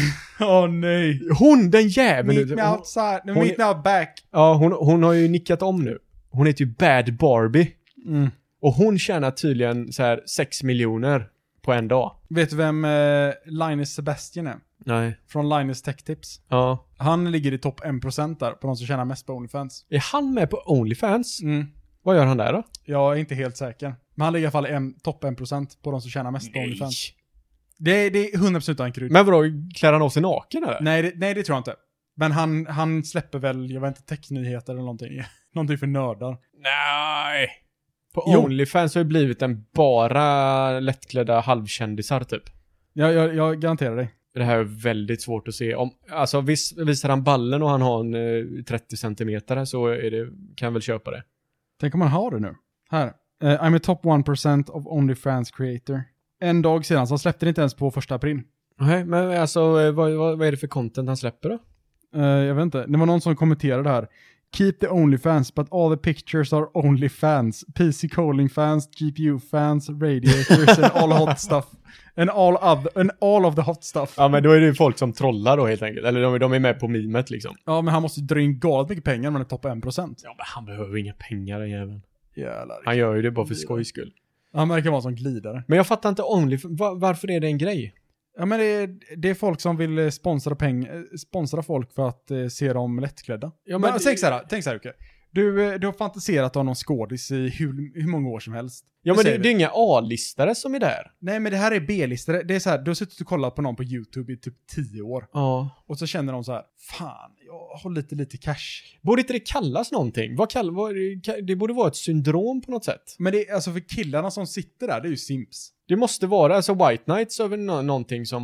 Åh nej. Hon, den jäveln! Meet me Hon, outside, no, hon- meet me out back. ja, hon, hon har ju nickat om nu. Hon heter ju Bad Barbie. Mm. Och hon tjänar tydligen så här 6 miljoner på en dag. Vet du vem eh, Linus Sebastian är? Nej. Från Linus Tech Tips. Ja. Han ligger i topp 1% där på de som tjänar mest på OnlyFans. Är han med på Onlyfans? Mm. Vad gör han där då? Jag är inte helt säker. Men han ligger i alla fall en, topp 1% på de som tjänar mest Alltså, på OnlyFans. Det är, det är 100% utan krut. Men vadå, klär han av sig naken eller? Nej, det, nej, det tror jag inte. Men han, han släpper väl, jag vet inte, technyheter eller någonting. någonting för nördar. Nej. På Jo. Onlyfans har ju blivit en bara lättklädda halvkändisar typ. Jag, jag, jag garanterar dig. Det här är väldigt svårt att se. Om, alltså vis, visar han ballen och han har en eh, 30 centimeter så är det, kan jag väl köpa det. Tänk om man har det nu. Här. Eh, I'm a top 1% of OnlyFans creator. En dag sedan, så han släppte det inte ens på första april. Nej, men alltså eh, vad, vad, vad är det för content han släpper då? Eh, jag vet inte, det var någon som kommenterade det här. Keep the OnlyFans, but all the pictures are OnlyFans. PC calling fans, GPU fans, radiators and all hot stuff. And all, other, and all of the hot stuff. Ja, men då är det ju folk som trollar då helt enkelt. Eller de, de är med på mimet liksom. Ja, men han måste dra in galet mycket pengar om han är topp 1%. Ja, men han behöver inga pengar den jäveln. Jävlar. Han gör ju det bara för skojs skull. Han verkar vara som glidare. Men jag fattar inte Onlyfans, va, varför är det en grej? Ja, men det är, det är folk som vill eh, sponsra, peng, eh, sponsra folk för att eh, se dem lättklädda. Ja, men, tänk så här, tänk så här Jocke. Du, eh, du har fantiserat om någon skådis i hur, hur många år som helst. Ja, men det, säger det är inga A-listare som är där. Nej, men det här är B-listare. Det är så här, du har suttit och kollat på någon på YouTube i typ 10 år. Ja. Och så känner de så här, fan, jag har lite, lite cash. Borde inte det kallas någonting? Vad kall, vad, ka- det borde vara ett syndrom på något sätt. Men det är alltså för killarna som sitter där, det är ju simps. Det måste vara, alltså White Knights över nå- någonting som...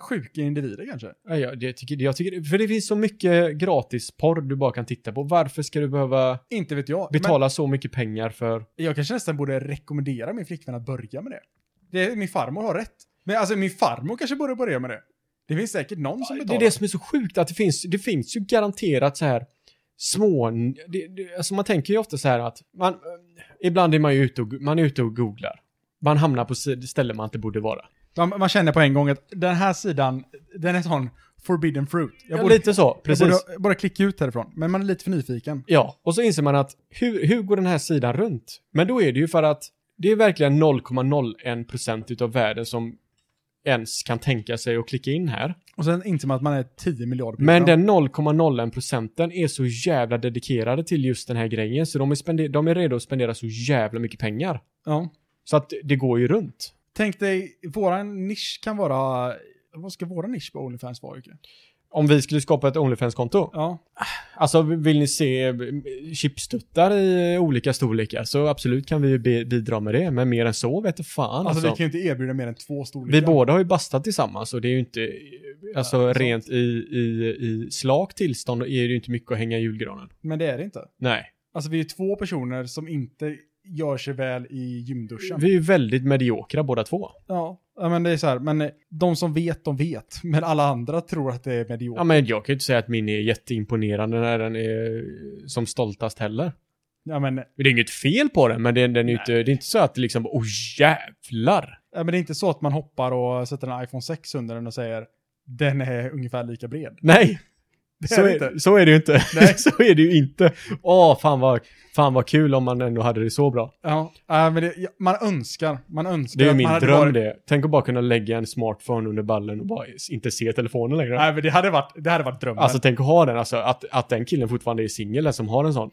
Sjuka individer kanske. Ja, jag, det tycker, jag tycker, för det finns så mycket gratisporr du bara kan titta på. Varför ska du behöva Inte vet jag. Men- betala så mycket pengar för... Jag kanske nästan borde rekommendera min flickvän att börja med det. det min farmor har rätt. Men alltså min farmor kanske borde börja med det. Det finns säkert någon som Det betalar. är det som är så sjukt, att det finns, det finns ju garanterat så här små... Det, det, alltså man tänker ju ofta så här att man... eh, Ibland är man ju ute och, man är ute och googlar. Man hamnar på sid- ställen man inte borde vara. man, man känner på en gång att den här sidan, den är sån forbidden fruit. Jag Ja, borde, lite så, jag precis. borde bara klicka ut härifrån. Men man är lite för nyfiken. Ja, och så inser man att hur, hur går den här sidan runt? Men då är det ju för att det är verkligen 0,01% utav världen som ens kan tänka sig att klicka in här. Och sen inser man att man är 10 miljarder på Men jorden. den 0,01% är så jävla dedikerade till just den här grejen så de är, spende- de är redo att spendera så jävla mycket pengar. Ja. Så att det går ju runt. Tänk dig, våran nisch kan vara... Vad ska våran nisch på OnlyFans vara, Jocke? Om vi skulle skapa ett OnlyFans-konto, Ja. alltså vill ni se eh, chipstuttar i eh, olika storlekar så absolut kan vi ju bi- bidra med det, men mer än så vet du fan. Alltså, vi kan ju inte erbjuda mer än två storlekar. Vi båda har ju bastat tillsammans och det är ju inte, alltså Ja, sant. rent i, i, i slak tillstånd är det ju inte mycket att hänga i julgranen. Men det är det inte. Nej. Alltså vi är två personer som inte gör sig väl i gymduschen. Vi är ju väldigt mediokra båda två. Ja, ja, men det är så här, men eh, de som vet, de vet. Men alla andra tror att det är mediokert. Ja men jag kan ju inte säga att min är jätteimponerande när den är som stoltast heller. Ja, men, Det är inget fel på den, men den, den är ju inte, det är inte så att det liksom, åh jävlar! ja, men det är inte så att man hoppar och sätter en iPhone 6 under den och säger den är ungefär lika bred. Nej! Det Så är det är, inte. så är det ju inte. Nej. så är det ju inte. Åh, fan vad, fan vad kul om man ändå hade det så bra. Ja, ja, Äh, men det, ja, man önskar, man önskar Det är ju att min man hade dröm varit, det. Tänk att bara kunna lägga en smartphone under ballen och bara s- inte se telefonen längre. Nej, men det hade varit, det hade varit drömmen. Alltså tänk att ha den, alltså att, att den killen fortfarande är singel som har en sån.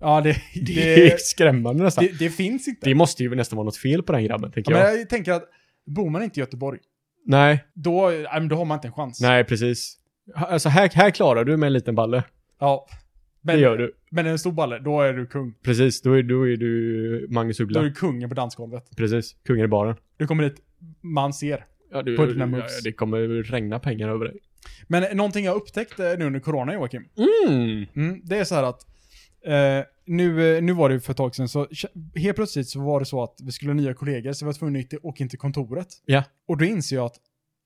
ja, det, Det, är det, skrämmande nästan. Det, det, det finns inte. måste ju nästan vara något fel på den grabben, tänker ja, men jag. jag tänker att bor man inte i Göteborg, Nej, då, ja, men då har man inte en chans. nej precis. Ha- Alltså här, här klarar du med en liten balle. Ja, men, det gör du. men en stor balle, då är du kung. Precis, då är, då är du Magnus Då Uggla. är du kungen på dansgolvet. Precis, kungen i baren. Du kommer dit, man ser. Ja, du, På dina ja, moves. ja, det kommer regna pengar över dig. Men eh, någonting jag upptäckte nu under corona, Joakim, Mm. mm, det är så här att eh, nu, eh, nu var det ju för ett tag sedan, så k- helt plötsligt så var det så att vi skulle ha nya kollegor, så vi var tvungna att åka in till kontoret. Ja. Och då inser jag att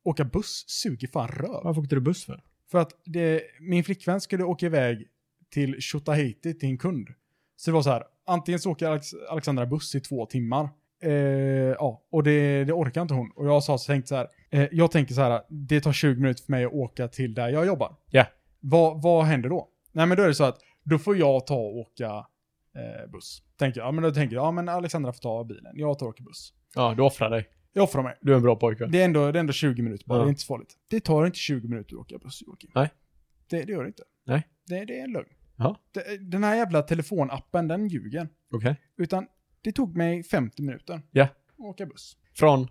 åka buss suger fan röv. Varför åkte du buss för? För att det, min flickvän skulle åka iväg till Tjotahejti till en kund. Så det var så här, antingen så åker Alex, Alexandra buss i två timmar, eh, ja, och det, det orkar inte hon. Och jag sa så tänkte så här, Eh, jag tänker så här, det tar 20 minuter för mig att åka till där jag jobbar. Ja. Vad, vad händer då? Nej men då är det så att, då får jag ta och åka eh, buss. Tänker jag, ja men då tänker jag, ja men Alexandra får ta bilen, jag tar och åker buss. Ja, du offrar dig. Jag offrar mig. Du är en bra pojke. Det är ändå, det är ändå 20 minuter bara, Ja. det är inte så farligt. Det tar inte 20 minuter att åka buss, Joakim. Nej. Det, det gör det inte. Nej. Det, det är en lögn. Ja. Det- Den här jävla telefonappen, den ljuger. Okej. Utan det tog mig 50 minuter Ja. att åka buss. Från,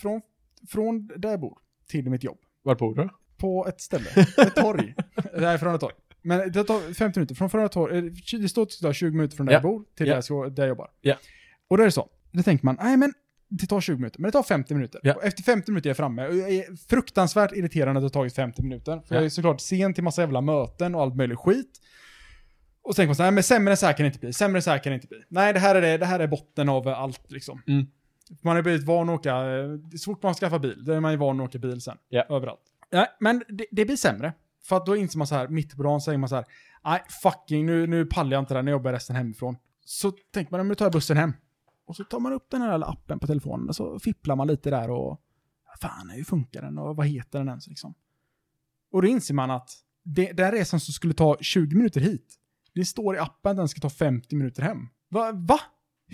Från, från där jag bor till mitt jobb. vart bor du? På ett ställe, ett torg. Nej, från ett torg. Men det tar 50 minuter. Från från ett torg, eh, tj- det står sådär 20 minuter från där Ja. jag bor till Ja. där, jag ska, där jag jobbar. Ja. Och då är det så. Då tänker man, nej men det tar 20 minuter, men det tar 50 minuter. Ja. Och efter 50 minuter är jag framme. Och jag är fruktansvärt irriterande att det har tagit 50 minuter. För Ja. jag är såklart sen till massa jävla möten och allt möjligt skit. Och så tänker man så här, nej men sämre än så här kan det inte bli, sämre än så här kan det inte bli. Nej, det här är, det, det här är botten av eh, allt liksom. Mm. Man har blivit van att åka, eh, så fort man skaffar bil, då är man ju van att åka bil sen. Ja. Överallt. Nej, men det, det blir sämre. För att då inser man så här, mitt på dagen säger man så här, nej fucking nu, nu pallar jag inte det här, nu jobbar jag resten hemifrån. Så tänker man, "Ja, men nu tar jag bussen hem. Och så tar man upp den här lilla appen på telefonen och så fipplar man lite där och fan hur funkar den och vad heter den ens liksom. Och då inser man att det, den resan som skulle ta 20 minuter hit, det står i appen att den ska ta 50 minuter hem. Va? va?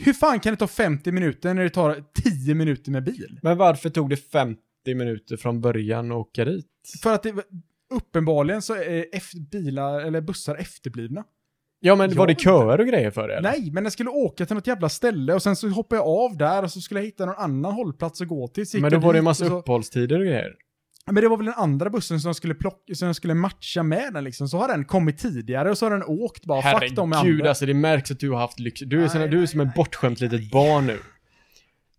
Hur fan kan det ta 50 minuter när det tar 10 minuter med bil? Men varför tog det 50 minuter från början att åka dit? För att det, uppenbarligen så är efter, bilar eller bussar efterblivna. Ja, men Jag var det vet köer och grejer för det? eller? Nej, men jag skulle åka till något jävla ställe och sen så hoppade jag av där och så skulle jag hitta någon annan hållplats att gå till. Så gick Men då jag var det dit en massa och så, uppehållstider och grejer. Men det var väl den andra bussen som skulle, plocka, som skulle matcha med den liksom. Så har den kommit tidigare och så har den åkt bara. Fuck dem med Herregud, andra. alltså det märks att du har haft lyx. Du är, sån, Nej, du är nej, som en nej. bortskämt litet barn nu.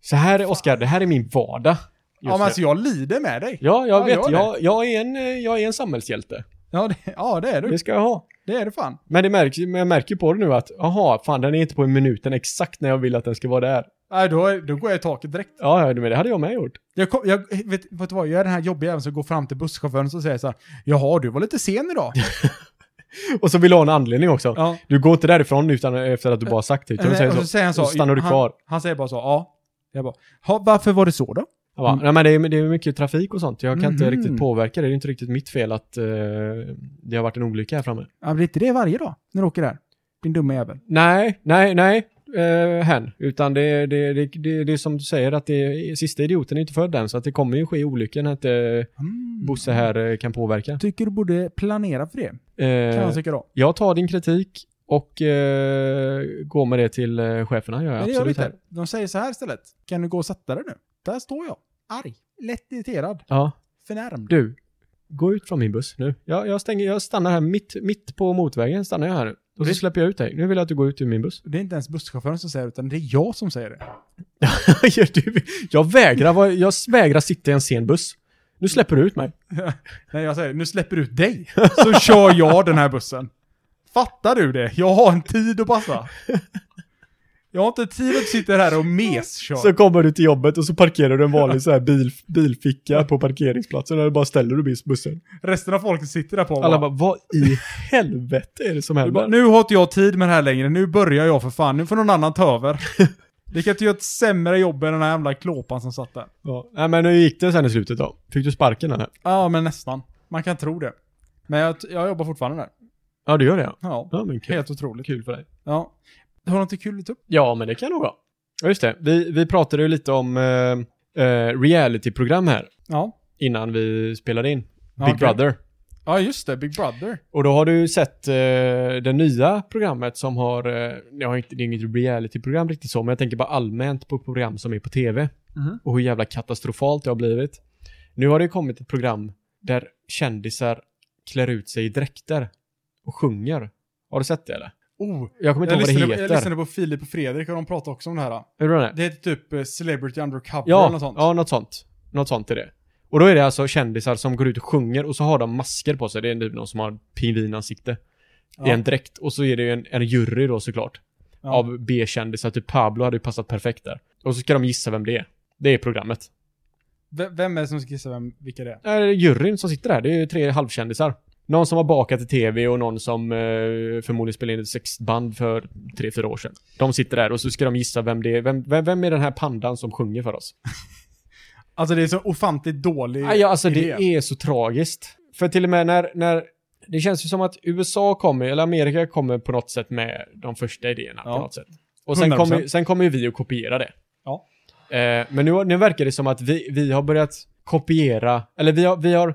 Så här är, Oskar, det här är min vardag. Ja, men nu. alltså jag lider med dig. ja, jag Ja, vet. gör det. Jag, jag, är en, eh, jag är en samhällshjälte. Ja, det, ja, det är du. Det ska jag ha. Det är du fan. Men, det märks, men jag märker ju på det nu att, aha, fan den är inte på minuten exakt när jag vill att den ska vara där. Nej, då, är- då går jag i taket direkt. Ja, ja, men det hade jag med gjort. Jag, kom, jag vet, vet du vad, jag är den här jobbiga även som går fram till busschauffören och så säger jag så här, Jaha, du var lite sen idag. Och så vill du ha en anledning också. ja. Du går inte därifrån utan efter att du bara sagt det. Utan du Nej, säger Eh, och så, så säger han så. och stannar du kvar. Han, han säger bara så, ja. Jag bara, "Ha, varför var det så då? Jag bara, Nej men det är, det är mycket trafik och sånt. Jag kan inte Mhm. riktigt påverka det. Det är inte riktigt mitt fel att eh, det har varit en olycka här framme. Ja, men det är inte det varje dag när du åker där. Din dumma jävel. Nej, nej, nej. Uh, hen. Utan det, det, det, det, det är som du säger att det, sista idioten är inte född än. Så att det kommer ju ske olyckor när inte eh, Mm. Bosse här eh, kan påverka. Tycker du borde planera för det, Eh, kan jag tycka då. jag tar din kritik och eh, går med det till eh, cheferna. Gör jag Men det gör vi absolut. här. inte. De säger så här istället. Kan du gå och sätta dig nu? Där står jag. Arg. Lätt irriterad. Ja, Förnärmd. du. Gå ut från min buss nu. Jag, jag, stänger, jag stannar här mitt, mitt på motvägen. Stannar jag här nu. Och så Vi- släpper jag ut dig. Nu vill jag att du går ut ur min buss. Det är inte ens busschauffören som säger det, utan det är jag som säger det. Gör du- jag vägrar, vara- jag vägrar sitta i en sen buss. Nu släpper du ut mig. Nej, jag säger nu släpper du ut dig, så kör jag den här bussen. Fattar du det? Jag har en tid att passa. Jag har inte tid att sitta här och meskör. Så kommer du till jobbet och så parkerar du en vanlig så här bil, bilficka på parkeringsplatsen och du bara ställer du bus- bussen. Resten av folket sitter där på och Alla bara, bara, vad i helvete är det som du bara, händer? Nu har inte jag tid med det här längre, nu börjar jag för fan, nu får någon annan ta över. Det kan inte göra ett sämre jobb än den här jävla klåpan som satt där. Ja. Nej men hur gick det sen i slutet då? Fick du sparken eller? Ja, men nästan. Man kan tro det. Men jag, jag jobbar fortfarande där. Ja du gör det ja. Ja, Ja men kul. helt otroligt. kul för dig. Ja. Har du inte kul upp? Ja men det kan nog vara. Ja just det, vi, vi pratade ju lite om eh, eh, realityprogram här Ja. innan vi spelade in. Ja, Big okej. Brother. Ja, just det. Big Brother. Och då har du sett eh, det nya programmet som har, eh, det, har inte, det är inget realityprogram riktigt så, men jag tänker bara allmänt på program som är på tv. Mhm. Och hur jävla katastrofalt det har blivit. Nu har det kommit ett program där kändisar klär ut sig i dräkter och sjunger. Har du sett det eller? Oh, Jag kommer inte Jag ihåg vad lyssnade, det på, heter. jag lyssnade på Filip och Fredrik och de pratade också om det här. Hur var det? Det heter typ eh, Celebrity Undercover eller Ja, något sånt. ja, något sånt. Något sånt är det. Och då är det alltså kändisar som går ut och sjunger och så har de masker på sig. Det är typ någon som har pingvinansikte. Ja. I en dräkt. Och så är det ju en, en jury då såklart. Ja. av B-kändisar. Typ Pablo hade ju passat perfekt där. Och så ska de gissa vem det är. Det är programmet. V- Vem är det som ska gissa vem, vilka det är? Det är juryn som sitter där. Det är ju tre halvkändisar. Någon som har bakat i tv och någon som eh, förmodligen spelade in ett sexband för tre, fyra år sedan. De sitter där och så ska de gissa vem det är. Vem, vem, vem är den här pandan som sjunger för oss? Alltså det är så ofantligt dålig Ja, alltså idé. det är så tragiskt. För till och med när, när det känns ju som att USA kommer, eller Amerika kommer på något sätt med de första idéerna Ja. på något sätt. Och sen 100%. kommer, ju- sen kommer ju vi att kopiera det. Ja. Eh, men nu, nu verkar det som att vi, vi har börjat kopiera, eller vi har, vi har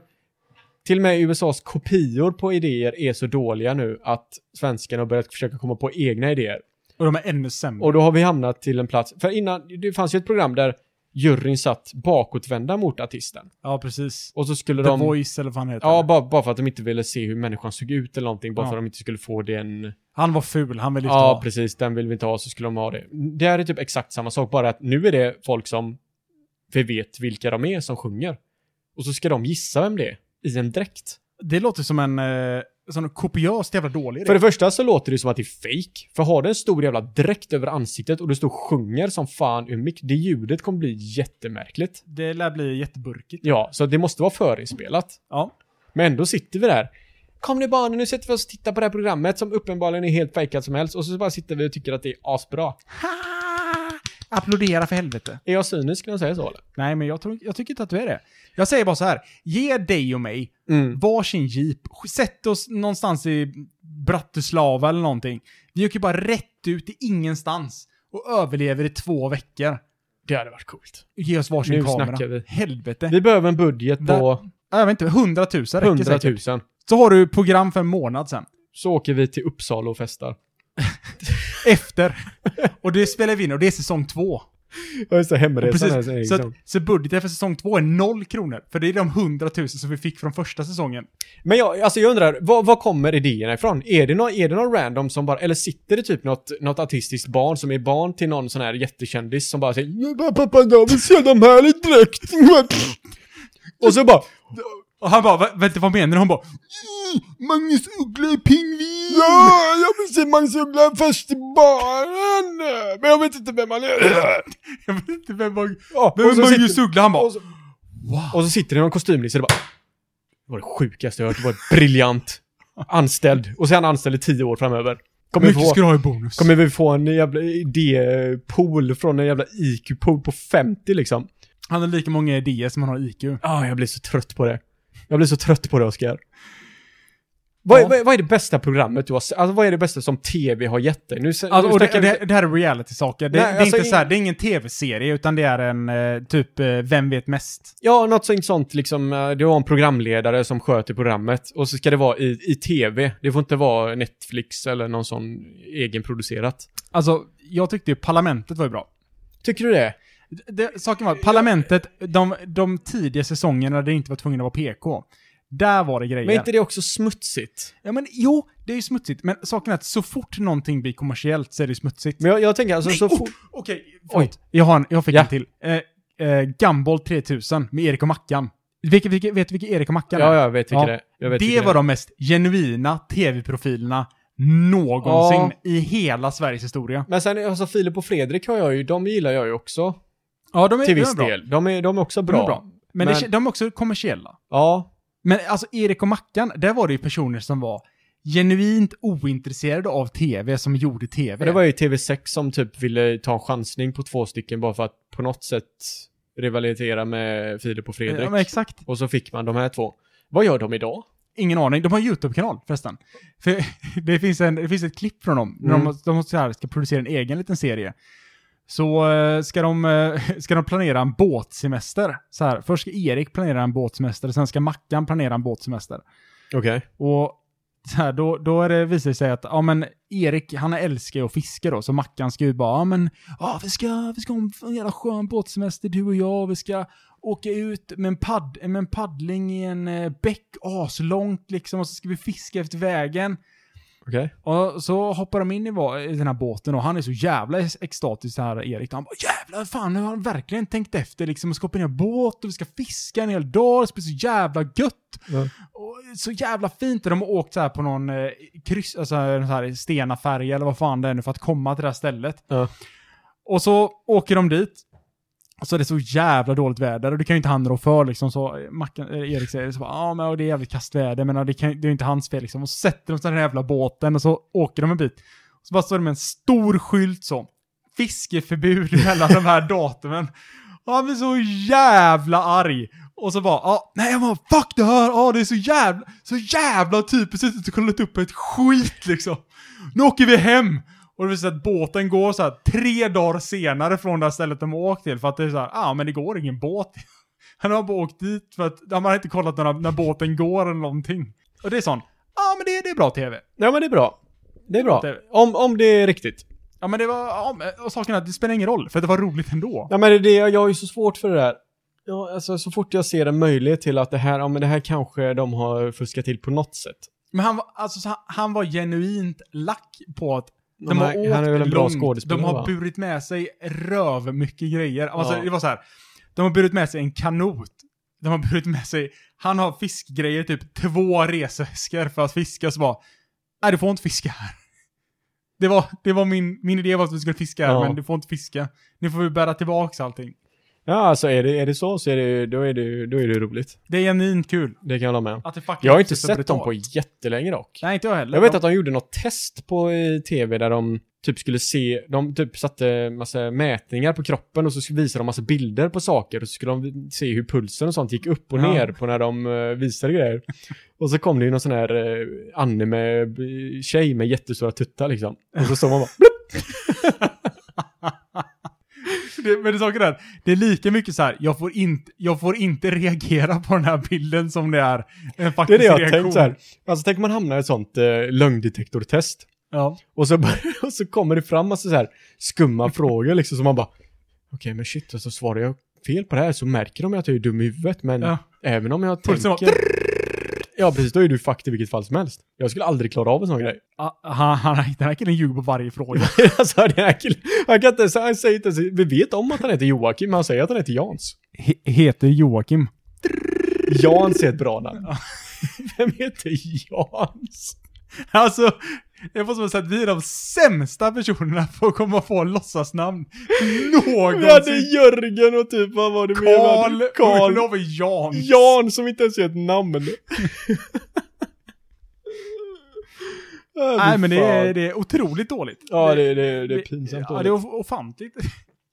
till och med USAs kopior på idéer är så dåliga nu att svenskarna har börjat försöka komma på egna idéer. Och de är ännu sämre. Och då har vi hamnat till en plats, för innan, det fanns ju ett program där juryn satt bakåtvända mot artisten. ja, precis. Och så skulle The de... Voice eller vad han heter. Ja, bara, bara för att de inte ville se hur människan såg ut eller någonting. Bara Ja. för att de inte skulle få den... han var ful, han ville inte Ja, ha. precis. Den vill vi inte ha, så skulle de ha det. Det här är typ exakt samma sak, bara att nu är det folk som vi vet vilka de är som sjunger. Och så ska de gissa vem det är i en dräkt. Det låter som en eh, sån kopiöst jävla dålig idé. För det första så låter det som att det är fake. För har du en stor jävla dräkt över ansiktet och du står och sjunger som fan ur mick, det ljudet kommer bli jättemärkligt. det lär bli jätteburkigt. Ja, så det måste vara förinspelat. Ja. Men ändå sitter vi där. Kom nu barnen, nu sätter vi oss och tittar på det här programmet som uppenbarligen är helt fejkat som helst och så bara sitter vi och tycker att det är asbra. Ha! Applådera för helvete. Är jag cynisk när jag säger så eller? Nej, men jag, tror, jag tycker inte att du är det. Jag säger bara så här. Ge dig och mig Mm. varsin jeep. Sätt oss någonstans i Bratislava eller någonting. Vi åker bara rätt ut i ingenstans och överlever i två veckor. Det hade varit coolt. Ge oss varsin Nu kamera. snackar vi. Helvete. Vi behöver en budget på Ja, Jag vet inte, 100 000 räcker 100 säkert. 000. Så har du program för en månad sen. Så åker vi till Uppsala och festar. Efter. och det spelar vi in och det är säsong två. Jag är liksom- så Och hemresan precis, så, att, så budgeten för säsong två är noll kronor. För det är de 100 000 som vi fick från första säsongen. Men jag, alltså jag undrar, var, var kommer idéerna ifrån? Är det, nå, är det någon random som bara, eller sitter det typ något, något artistiskt barn som är barn till någon sån här jättekändis som bara säger "Nu bara, Pappa, jag vill se de här i dräkt! Och så bara Och han bara, "Va- vänta vad menar du? Hon bara, "Mm, Magnus Uggla är pingvin! Ja, jag vill se Magnus Uggla först i baren! Men jag vet inte vem han är. Jag vet inte vem Mag- Ja, vem är och så Magnus sitter- Uggla? Han bara, och så- Och så sitter det någon kostymnisse och bara... Det var det sjukaste jag hört. Det var briljant. Anställd. Och så är han anställd i tio år framöver. Kommer vi mycket få, ska du ha i bonus. kommer vi få en jävla idépool från en jävla IQ-pool på 50 liksom? Han har lika många idéer som han har IQ. Ah, jag blir så trött på det. Jag blir så trött på det, Oskar. Vad, är- Ja. vad, är- vad är det bästa programmet du har sett? Alltså vad är det bästa som tv har gett dig? Nu, se- Alltså, nu och det, snackar vi- det, det här är reality-saker. Det, Nej, det, är alltså inte i- så här, det är ingen tv-serie, utan det är en eh, typ eh, Vem vet mest? Ja, något sånt, sånt liksom. eh, Du har en programledare som sköter programmet och så ska det vara i, i tv. Det får inte vara Netflix eller någon sån egenproducerat. Alltså, jag tyckte ju Parlamentet var ju bra. Tycker du det? Det, saken var, Parlamentet, de, de tidiga säsongerna där det inte var tvungen att vara PK, där var det grejer. Men är inte det också smutsigt? Ja, men jo, det är ju smutsigt. Men saken är att så fort någonting blir kommersiellt så är det ju smutsigt. Men jag, jag tänker alltså Nej, så oh, fort... Okej, förlåt. Jag, har en, jag fick Ja. en till. Eh, eh, Gumball 3000 med Erik och Mackan. Vilka, vilka, vet du vilka Erik och Mackan är? Ja, jag vet vilka Ja. det är. Jag vet det vilka var de mest genuina tv-profilerna någonsin i hela Sveriges historia. Men sen, alltså Filip och Fredrik har jag ju, de gillar jag ju också. Ja, de är, Till de är viss bra. del. De är, de är också De bra. är bra. Men, Men- Det, de är också kommersiella. Ja. Men alltså Erik och Mackan, där var det ju personer som var genuint ointresserade av tv som gjorde tv. Men det var ju TV6 som typ ville ta en chansning på två stycken bara för att på något sätt rivalisera med Filip och Fredrik. Eh, Ja, men exakt. Och så fick man de här två. Vad gör de idag? Ingen aning. De har en YouTube-kanal förresten. För det, finns en, det finns ett klipp från dem. när Mm. De, de så här, ska producera en egen liten serie. Så eh, ska, de, eh, ska de planera en båtsemester. Så här, först ska Erik planera en båtsemester, sen ska Mackan planera en båtsemester. Okej. Och så här, då, då är det, visar det sig att ja, men Erik, han älskar ju att fiska då, så Mackan ska ju bara, ja men ja, vi, ska, vi ska ha en- en jävla skön båtsemester du och jag, vi ska åka ut med en, padd, med en paddling i en eh, bäck aslångt liksom, och så ska vi fiska efter vägen. Okej. Och så hoppar de in i, va- i den här båten och han är så jävla ex- extatisk den här Erik. Han bara jävlar fan nu har han verkligen tänkt efter liksom. Och ska hoppa in i en båt och vi ska fiska en hel dag. Det ska bli så jävla gött. Ja. Och så jävla fint. Och de har åkt så här på någon eh, kryss, alltså en så här stenaffärg eller vad fan det är nu för att komma till det här stället. Ja. Och så åker de dit. Och så är det så jävla dåligt väder och det kan ju inte han rå för liksom. Så eh, Mackan, eh, Erik säger så bara, ja men och det är jävligt kasst väder men ja, det, kan, det är ju inte hans fel liksom. Och så sätter de sig i den här jävla båten och så åker de en bit. Och så bara står det med en stor skylt så. Fiskeförbud mellan de här datumen. Och han blir så jävla arg. Och så bara, ah, nej jag bara, fuck det här, ah, det är så jävla, så jävla typiskt att inte kollat upp ett skit liksom. Nu åker vi hem! Och det vill säga att båten går så här tre dagar senare från det här stället de har åkt till för att det är så här, ah men det går ingen båt. Han har bara åkt dit för att han har inte kollat när, när båten går eller någonting. Och det är sån, ah men det, det är bra TV. Ja men det är bra. Det är bra. Det- Om, om det är riktigt. Ja men det var, ja, men- och saken är att det spelar ingen roll för det var roligt ändå. Ja men det är det, jag jag har ju så svårt för det där. Ja, alltså så fort jag ser en möjlighet till att det här, ja men det här kanske de har fuskat till på något sätt. Men han, var- alltså, så han, han var genuint lack på att de Men har han- åkt han är väl en bra långt. skådespelare, De har va? burit med sig röv mycket grejer. Alltså, Ja. Det var så här. De har burit med sig en kanot. De har burit med sig... Han har fiskgrejer, typ två resväskor för att fiska. Så bara, nej du får inte fiska här. Det var, det var min, min idé var att vi skulle fiska här, Ja. men du får inte fiska. Nu får vi bära tillbaka allting. Ja alltså är det, är det så så är det, då, är det, då är det roligt. Det är genuint kul. Det kan jag hålla med om. Att det fucking Jag har inte är så sett dem brutalt. på jättelänge dock. Nej, inte jag heller. Jag vet De- att de gjorde något test på eh, tv där de typ skulle se, de typ satte massa mätningar på kroppen och så skulle- visade de massa bilder på saker och så skulle de vi- se hur pulsen och sånt gick upp och Ja. ner på när de eh, visade grejer. Och så kom det ju någon sån här eh, anime-tjej med jättestora tuttar liksom. Och så står man bara Det, men det saken är att det är lika mycket så här, jag får, inte, jag får inte reagera på den här bilden som det är en Det är faktisk det jag har reaktion. tänkt så här. Alltså tänk om man hamnar i ett sånt eh, lögndetektortest. Ja. Och så, bara- och så kommer det fram massa så här skumma frågor liksom som man bara Okej men shit, och så svarar jag fel på det här så märker de ju att jag är dum i huvudet men Ja. även om jag Pulsen tänker... Ja precis, då är du fucked i vilket fall som helst. Jag skulle aldrig klara av en sån grej. Ah, Han, han, den här killen ljuger på varje fråga. alltså den här killen, han kan inte ens, han säger inte ens, vi vet om att han heter Joakim, men han säger att han heter Jans. He- heter Joakim. Jans är ett bra namn. Vem heter Jans? Alltså, jag får som säga att vi är de sämsta personerna på att komma på låtsasnamn Vi hade någonsin. Jörgen och typ, vad var det mer? vi Karl, hade? Olof och Jan. Jan som inte ens är ett namn. Äh, Ah, Nej men det är, fan. det är otroligt dåligt. Ja, det, det, det är pinsamt Ja, dåligt. det är of- ofantligt.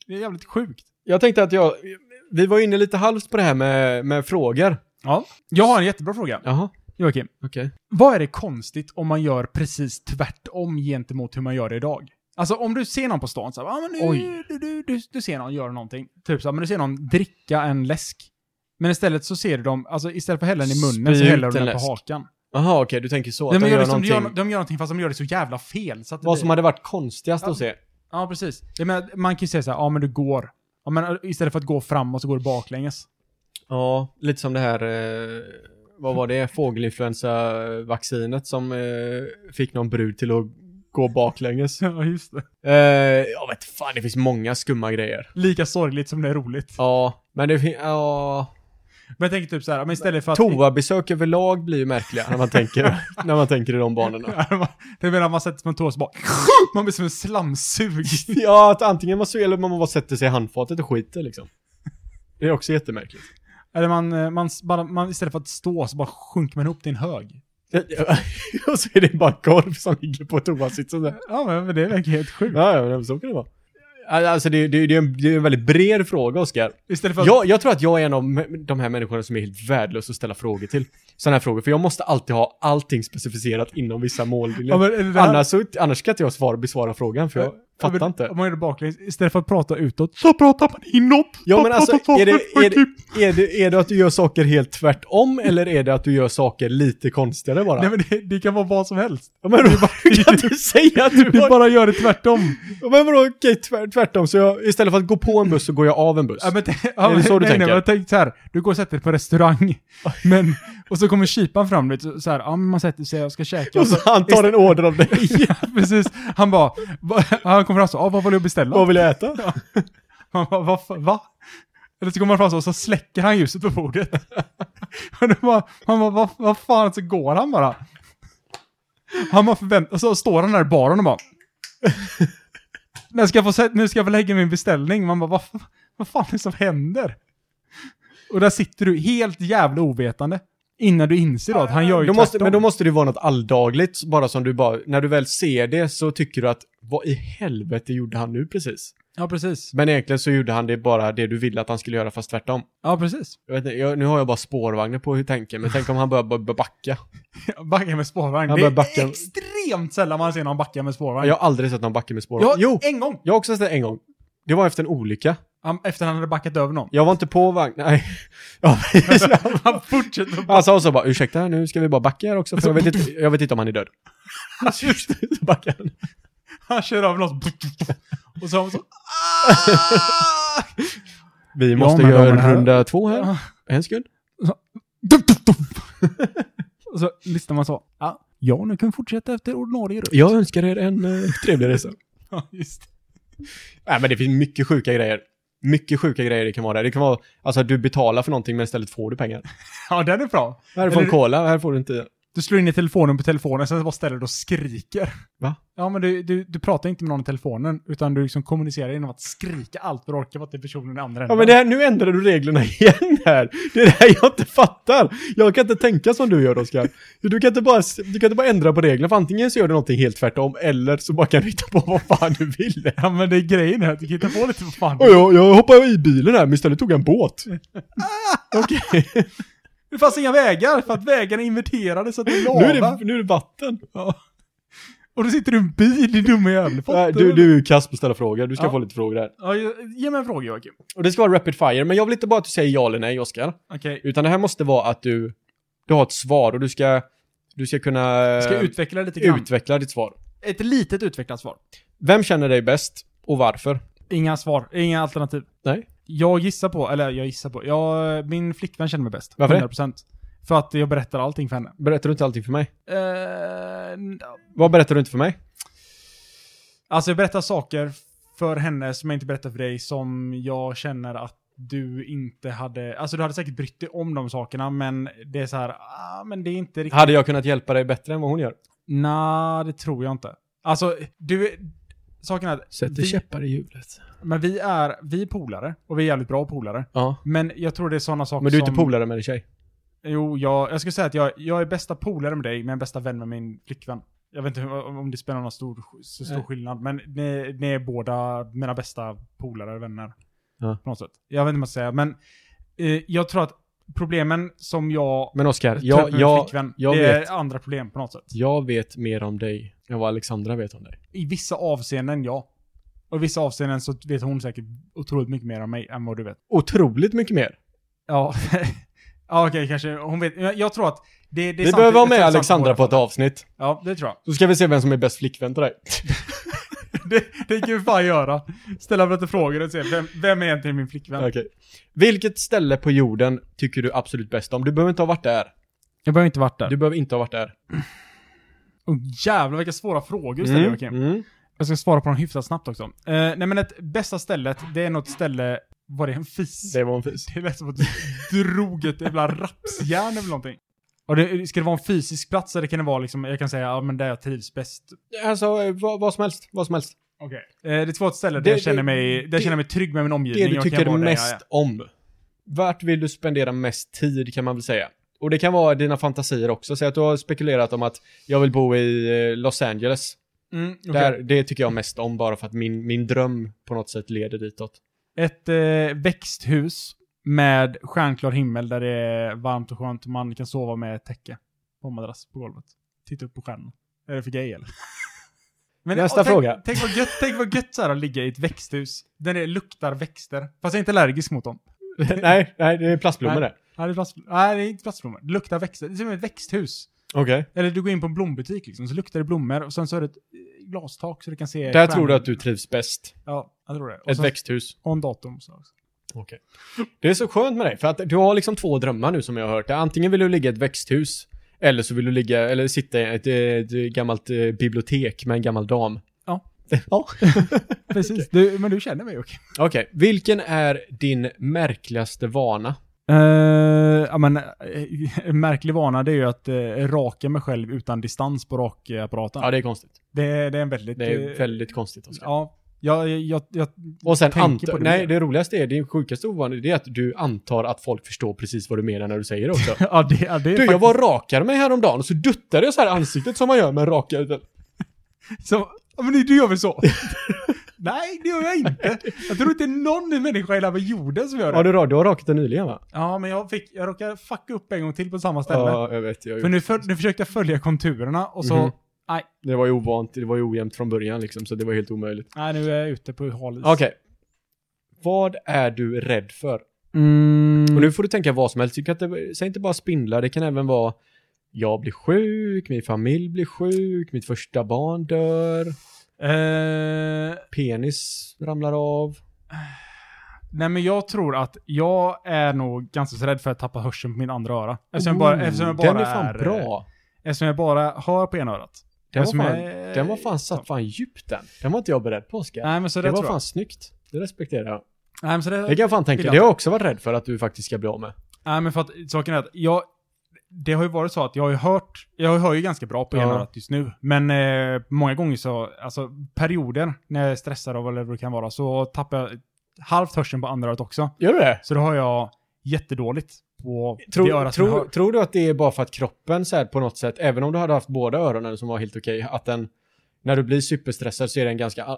Det är jävligt sjukt. Jag tänkte att jag... Vi var inne lite halvt på det här med, med frågor. Ja. Jag har en jättebra fråga. Jaha, Joakim. okej. Vad är det konstigt om man gör precis tvärtom gentemot hur man gör det idag? Alltså om du ser någon på stan så här, ah, men Oj. nu, du, du, du, du ser någon göra någonting. Typ så här, men du ser någon dricka en läsk. Men istället så ser du dem, alltså istället för att hälla den i munnen Spy så ut häller de en den läsk. på hakan. Jaha, okej, du tänker så. Att De, de de, gör gör liksom, de, någonting. gör, de gör någonting fast de gör det så jävla fel. Så att det Vad blir- som hade varit konstigast att se. Ja, precis. Jag menar, man kan ju säga så här, ja men du går. Ja, men eh, istället för att gå framåt så går du baklänges. Ja, lite som det här... Eh, vad var det? Fågelinfluensavaccinet som eh, fick någon brud till att gå baklänges. Ja, just det. eh, jag vet fan, det finns många skumma grejer. Lika sorgligt som det är roligt. Ja, men det finns... Ja... Men jag tänker typ så här, ja, men istället för att... Toabesök överlag blir ju märkliga när man tänker, när man tänker i de banorna. Ja, man- Det menar man sätter sig på en tå och så bara... Man blir som en slamsug. Ja, att antingen man så eller man bara sätter sig i handfatet och skiter liksom. Det är också jättemärkligt. Eller man, eh, man, s- bara, man, istället för att stå så bara sjunker man ihop till en hög. och så är det bara korv som ligger på toasitsen där. Ja, men men det verkar helt sjukt. Ja, ja, men så kan det vara. Alltså det, det, det, är en, det är en väldigt bred fråga, Oskar. Istället för att... Jag, jag tror att jag är en av m- de här människorna som är helt värdelös att ställa frågor till. Sådana här frågor, för jag måste alltid ha allting specificerat inom vissa Ja, mållinjer. men, eller det här- Annars, så, annars kan inte jag svara, besvara frågan, för jag Ja, men fattar inte. Om man gör det baklänges, istället för att prata utåt, så pratar man inåt. Ja Man men alltså, pratar är det, bakåt, typ. är, det, är, det, är det att du gör saker helt tvärtom eller är det att du gör saker lite konstigare bara? Nej men det, det kan vara vad som helst. ja, men hur kan du säga att du Du var... bara gör det tvärtom. Ja, Men vadå, okej, tvär, tvärtom. Så jag, istället för att gå på en buss så går jag av en buss. Ja, men, t- ja, det men- så du nej, tänker? Nej, men jag tänkte så här, du går och sätter dig på restaurang, men, och så kommer kyparen fram, du vet, så- så här, ja men man sätter sig och ska käka. och så han tar en order av dig. Precis. Han bara, va- han kommer fram så, ah, vad vill du beställa? Vad vill jag äta? Han bara, va, fa- va? Eller så kommer han fram så, och så släcker han ljuset på bordet. Och då bara, han bara, vad va fan, så går han bara. Han bara förväntar och så står han där i baren och bara. Nu ska jag få, sä- nu ska jag få lägga min beställning. Man bara, vad, fa- vad fan är det som händer? Och där sitter du helt jävla ovetande. Innan du inser då att han gör ju Då måste, tvärtom. men då måste det ju vara något alldagligt, bara som du bara, när du väl ser det så tycker du att vad i helvete gjorde han nu precis? Ja, precis. Men egentligen så gjorde han det bara det du ville att han skulle göra, fast tvärtom. Ja, precis. Jag vet inte, jag, nu har jag bara spårvagnen på hur jag tänker, men tänk om han börjar b- backa. Backa med spårvagn. Ja, det är men backa- extremt sällan man ser någon backa med spårvagn. Jag har aldrig sett någon backa med spårvagn. Ja, Jo! en gång. Jag har också sett det en gång. Det var efter en olycka. Han, efter han hade backat över någon. Jag var inte på vagn... Nej. Ja, precis. han fortsätter att backa. Han sa så bara, ursäkta, nu ska vi bara backa här också, för jag vet inte, jag vet inte om han är död. Så backar han. Han kör över någon. Och så har man så... Ah! Vi Ja, måste men göra de här- en runda två här. Ja. En sekund. Dup, dup, dup. Och så lyssnar man så. Ja, ja nu kan vi fortsätta efter ordinarie rutt. Jag önskar er en eh, trevlig resa. Ja, just det. Nej, men det finns mycket sjuka grejer. Mycket sjuka grejer det kan vara där. Det kan vara, alltså att du betalar för någonting men istället får du pengar. Ja, den är bra. Här får Eller- en cola, här får du inte. Du slår in i telefonen på telefonen, sen bara ställer du och skriker. Va? Ja, men du, du, du pratar inte med någon i telefonen, utan du liksom kommunicerar genom att skrika allt du orkar mot den personen i andra Ja men det här, nu ändrar du reglerna igen här. Det är det här jag inte fattar. Jag kan inte tänka som du gör Oskar. Du kan inte bara, s- du kan inte bara ändra på reglerna för antingen så gör du någonting helt tvärtom eller så bara kan du hitta på vad fan du vill. Ja, men det är grejen här. Du kan inte få lite för fan. Och jag, jag hoppade i bilen här men istället tog jag en båt. Okej, Det fanns inga vägar, för att vägarna inverterade så att det är lava. nu, är det- nu är det vatten. Ja. Och då sitter du i en bil, din dumme jävel. Fattar Nej, du, du är kass på att ställa frågor, du ska Ja. få lite frågor här. Ja, ge- ge mig en fråga Joakim. Och det ska vara rapid fire, men jag vill inte bara att du säger ja eller nej, Oskar. Okej. Utan det här måste vara att du, du har ett svar och du ska, du ska kunna Ska jag eh, utveckla lite grann? utveckla ditt svar. Ett litet utvecklat svar. Vem känner dig bäst och varför? Inga svar, inga alternativ. Nej. Jag gissar på, eller jag gissar på, jag, min flickvän känner mig bäst. Varför det? 100%. För att jag berättar allting för henne. Berättar du inte allting för mig? Eh, Vad berättar du inte för mig? alltså jag berättar saker för henne som jag inte berättar för dig som jag känner att du inte hade, alltså du hade säkert brytt dig om de sakerna men det är så här, ah, men det är inte riktigt, Hade jag kunnat hjälpa dig bättre än vad hon gör? nej det tror jag inte. Alltså du, saken är att vi, käppar i hjulet. men vi är, vi är polare och vi är jävligt bra polare. Ja. Men jag tror det är sådana saker Men du är inte som... polare med din tjej? Jo, jag, jag skulle säga att jag, jag är bästa polare med dig, men bästa vän med min flickvän. Jag vet inte hur- om det spelar någon stor, så stor Nej. skillnad, men ni, ni är båda mina bästa polare, vänner. Ja. På något sätt. Jag vet inte vad jag ska säga, men eh, jag tror att problemen som jag Men Oskar, tar upp jag, med typ min jag, flickvän, jag det vet. är andra problem på något sätt. jag vet mer om dig än vad Alexandra vet om dig. I vissa avseenden, ja. Och i vissa avseenden så vet hon säkert otroligt mycket mer om mig än vad du vet. Otroligt mycket mer. Ja, ja okej, kanske hon vet. Jag, jag tror att det, det är Vi sant- behöver ha jag tror med det är sant Alexandra båda på ett fallen. avsnitt. Ja, det tror jag. Så ska vi se vem som är bäst flickvän till dig. Det, det kan vi fan göra. Ställa lite frågor och se, vem, vem är egentligen min flickvän? Okej. Vilket ställe på jorden tycker du absolut bäst om? Du behöver inte ha varit där. Jag behöver inte varit där. Du behöver inte ha varit där. Oh, jävlar vilka svåra frågor du ställer Joakim. mm. Jag ska svara på dem hyfsat snabbt också. Eh, nej men ett bästa stället, det är något ställe, var det en fis? Det var en fis. Det lät som att du drog ett jävla rapsjärn eller någonting. Och det, ska det vara en fysisk plats eller kan det vara liksom, jag kan säga, ja men där jag trivs bäst. Alltså, eh, vad, vad som helst. Vad som helst. Okej. Eh, det ska vara ett ställe där Det- jag känner det- mig, där det- jag känner mig trygg med min omgivning. Det du Jag kan tycker vara där jag mest är. om. Vart vill du spendera mest tid kan man väl säga. Och det kan vara dina fantasier också. Säg att du har spekulerat om att jag vill bo i eh, Los Angeles. Mm, okej. Där, det tycker jag mest om bara för att min, min dröm på något sätt leder ditåt. Ett eh, växthus med stjärnklar himmel där det är varmt och skönt och man kan sova med ett täcke på en madrass på golvet. Titta upp på stjärnorna. Är det för gay eller? Men, Nästa åh, tänk, fråga. Tänk vad gött, tänk vad gött så här att ligga i ett växthus. Där det luktar växter. Fast jag är inte allergisk mot dem. nej, nej, det är plastblommor Nej. det. Nej, det är, plast, nej, det är inte plastblommor. Det luktar växter. Det är som ett växthus. Okej. Eller du går in på en blombutik liksom, så luktar det blommor och sen så är det ett eh, glastak så du kan se Där stjärnor. tror du att du trivs bäst. Ja, jag tror det. Och Ett sen, växthus. Och en datum. Så också. Okej. Det är så skönt med dig, för att du har liksom två drömmar nu som jag har hört. Antingen vill du ligga i ett växthus, eller så vill du ligga, eller sitta i ett, eh, ett gammalt eh, bibliotek med en gammal dam. Ja. ja. Precis. Du, men du känner mig, Jocke. Okej, vilken är din märkligaste vana? Eh, ja, men, eh, en märklig vana det är ju att eh, raka mig själv utan distans på rakapparaten. Ja, det är konstigt. det, det är en väldigt... Det är eh, väldigt konstigt, Oskar. Ja, jag, jag, jag, Och sen tänker på antar... det mer. Nej, det roligaste är, din sjukaste ovana, det är att du antar att folk förstår precis vad du menar när du säger det också. ja, det, ja, det är Du, jag faktiskt- var och rakade mig häromdagen och så duttade jag så här i ansiktet som man gör med en rakare. Så, ja, men du gör väl så? Nej, det gör jag inte. Jag tror inte någon människa i hela jorden som gör Ja, det. du, ra- du har rakat den nyligen va? Ja, men jag, fick, jag råkade fucka upp en gång till på samma ställe. Ja, jag vet. Jag, För nu, för, nu försökte jag följa konturerna och så, Mhm. Det var ju ovant, det var ju ojämnt från början liksom, så det var helt omöjligt. nej nu är jag ute på hal is. Okej. Vad är du rädd för? Mm. Och nu får du tänka vad som helst. Du kan inte, säg inte bara spindlar, det kan även vara jag blir sjuk, min familj blir sjuk, mitt första barn dör, Eh, penis ramlar av. nej men jag tror att jag är nog ganska så rädd för att tappa hörseln på min andra öra. Eftersom jag bara, Oh, eftersom jag bara den är fan eh, bra. Eftersom jag bara hör på ena örat. Den var, eftersom fan, jag- den var fan satt fan djupt den. Den var inte jag beredd på Oskar. Nej men så det, Det var tror fan jag. snyggt. Det respekterar jag. Nej men så det, Det kan jag fan tänka. Vill Det jag har jag också varit rädd för att du faktiskt ska bli av med. Nej, men för att saken är att jag... Det har ju varit så att jag har ju hört... Jag hör ju ganska bra på ena Ja. örat just nu. Men eh, många gånger så... Alltså perioder när jag är stressad av eller vad det kan vara så tappar jag halvt hörseln på andra örat också. Gör du det? Så då har jag jättedåligt på det Tror, örat jag tror, hör. tror du att det är bara för att kroppen så här på något sätt, även om du hade haft båda öronen som var helt okej, att den, när du blir superstressad så är det en ganska eh,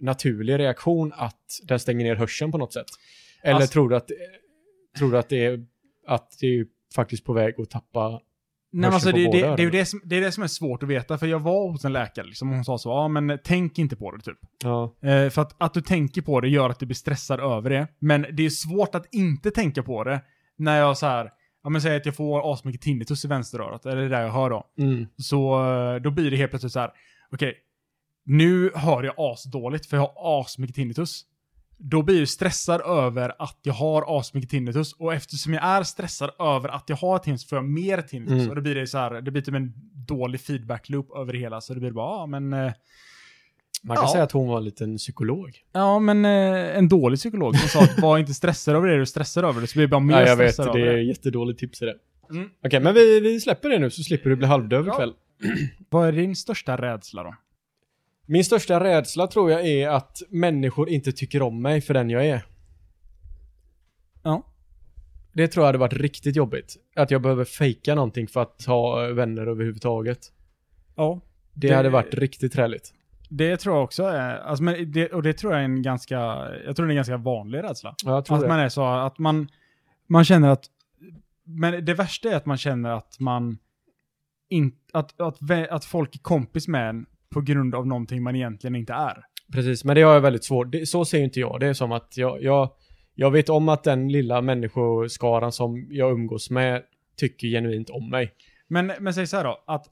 naturlig reaktion att den stänger ner hörseln på något sätt? Eller Alltså- tror du att, eh, tror du att det är, att det är faktiskt på väg att tappa, Nej, men alltså, på det, det, båda det, är ju öronen. det, som, det är det som är svårt att veta. För jag var hos en läkare liksom, och hon sa så. Ja, men tänk inte på det typ. ja, Eh, för att, att du tänker på det gör att du blir stressad över det. Men det är svårt att inte tänka på det när jag så här, ja men säg att jag får asmycket tinnitus i vänsterörat, eller det där jag hör då. Mm. Så eh, då blir det helt plötsligt så här, okej, nu hör jag asdåligt för jag har asmycket tinnitus. Då blir jag stressad över att jag har asmycket tinnitus och eftersom jag är stressad över att jag har tinnitus får jag mer tinnitus Mm. och då blir det så här, det blir typ en dålig feedback loop över det hela så det blir bara, ja men eh, man kan Ja. säga att hon var en liten psykolog. Ja, men eh, en dålig psykolog som sa att var inte stressad över det du stressar över det, så blir du bara mer ja, jag vet, stressad det över är det. jättedåligt tips i det. Mm. Okej, men vi, vi släpper det nu så slipper du bli halvdöv Ja. ikväll. Vad är din största rädsla då? Min största rädsla tror jag är att människor inte tycker om mig för den jag är. Ja. Det tror jag hade varit riktigt jobbigt. Att jag behöver fejka någonting för att ha eh, vänner överhuvudtaget. Ja. Det, Det- hade varit riktigt träligt. Det tror jag också är, alltså, men det, och det tror jag är en ganska, jag tror det är en ganska vanlig rädsla. Ja, jag tror Att det. man är så, att man, man känner att, men det värsta är att man känner att man, in, att, att, vä- att folk är kompis med en på grund av någonting man egentligen inte är. Precis, men det har jag väldigt svårt. Det, så ser ju inte jag. Det är som att jag, jag, jag vet om att den lilla människoskaran som jag umgås med tycker genuint om mig. Men, men säg så här då, att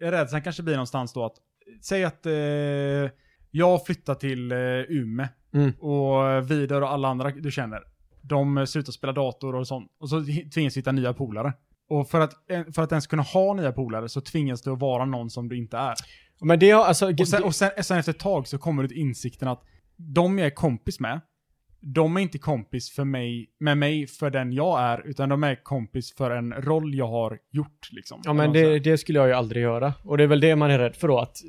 rädslan kanske blir någonstans då att, säg att eh, jag flyttar till eh, Ume Mm. och Vidar och alla andra du känner, de slutar spela dator och sånt, och så hi- tvingas du hitta nya polare. Och för att, eh, för att ens kunna ha nya polare så tvingas du att vara någon som du inte är. Men det har alltså... Och sen, och sen, sen efter ett tag så kommer du till insikten att de jag är kompis med, de är inte kompis för mig, med mig för den jag är, utan de är kompis för en roll jag har gjort. Liksom. Ja, men Eller något det, det skulle jag ju aldrig göra. Och det är väl det man är rädd för då, att t-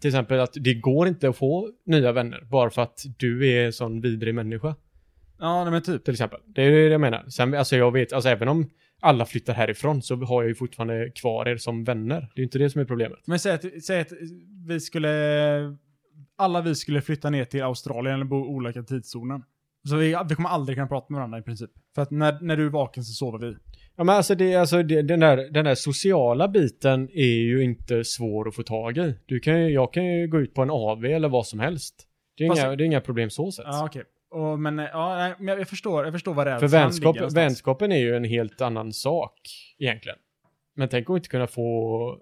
till exempel att det går inte att få nya vänner bara för att du är en sån vidrig människa, Ja, nej, men typ. till exempel. Det är det jag menar. Sen, alltså jag vet, alltså även om alla flyttar härifrån så har jag ju fortfarande kvar er som vänner. Det är ju inte det som är problemet. Men säg att, säg att vi skulle... Alla vi skulle flytta ner till Australien eller bo i olika tidszoner. Så vi, vi kommer aldrig kunna prata med varandra i princip. För att när, när du är vaken så sover vi. Ja, men alltså, det, alltså det, den, där, den där sociala biten är ju inte svår att få tag i. Du kan ju, jag kan ju gå ut på en AV eller vad som helst. Det är, Fast- inga, det är inga problem så sett. Ja, okej. Och, men eh, ja, nej, men jag, jag förstår, jag förstår vad rädslan För vänskap, ligger någonstans. vänskapen är ju en helt annan sak egentligen. Men tänk att inte kunna få...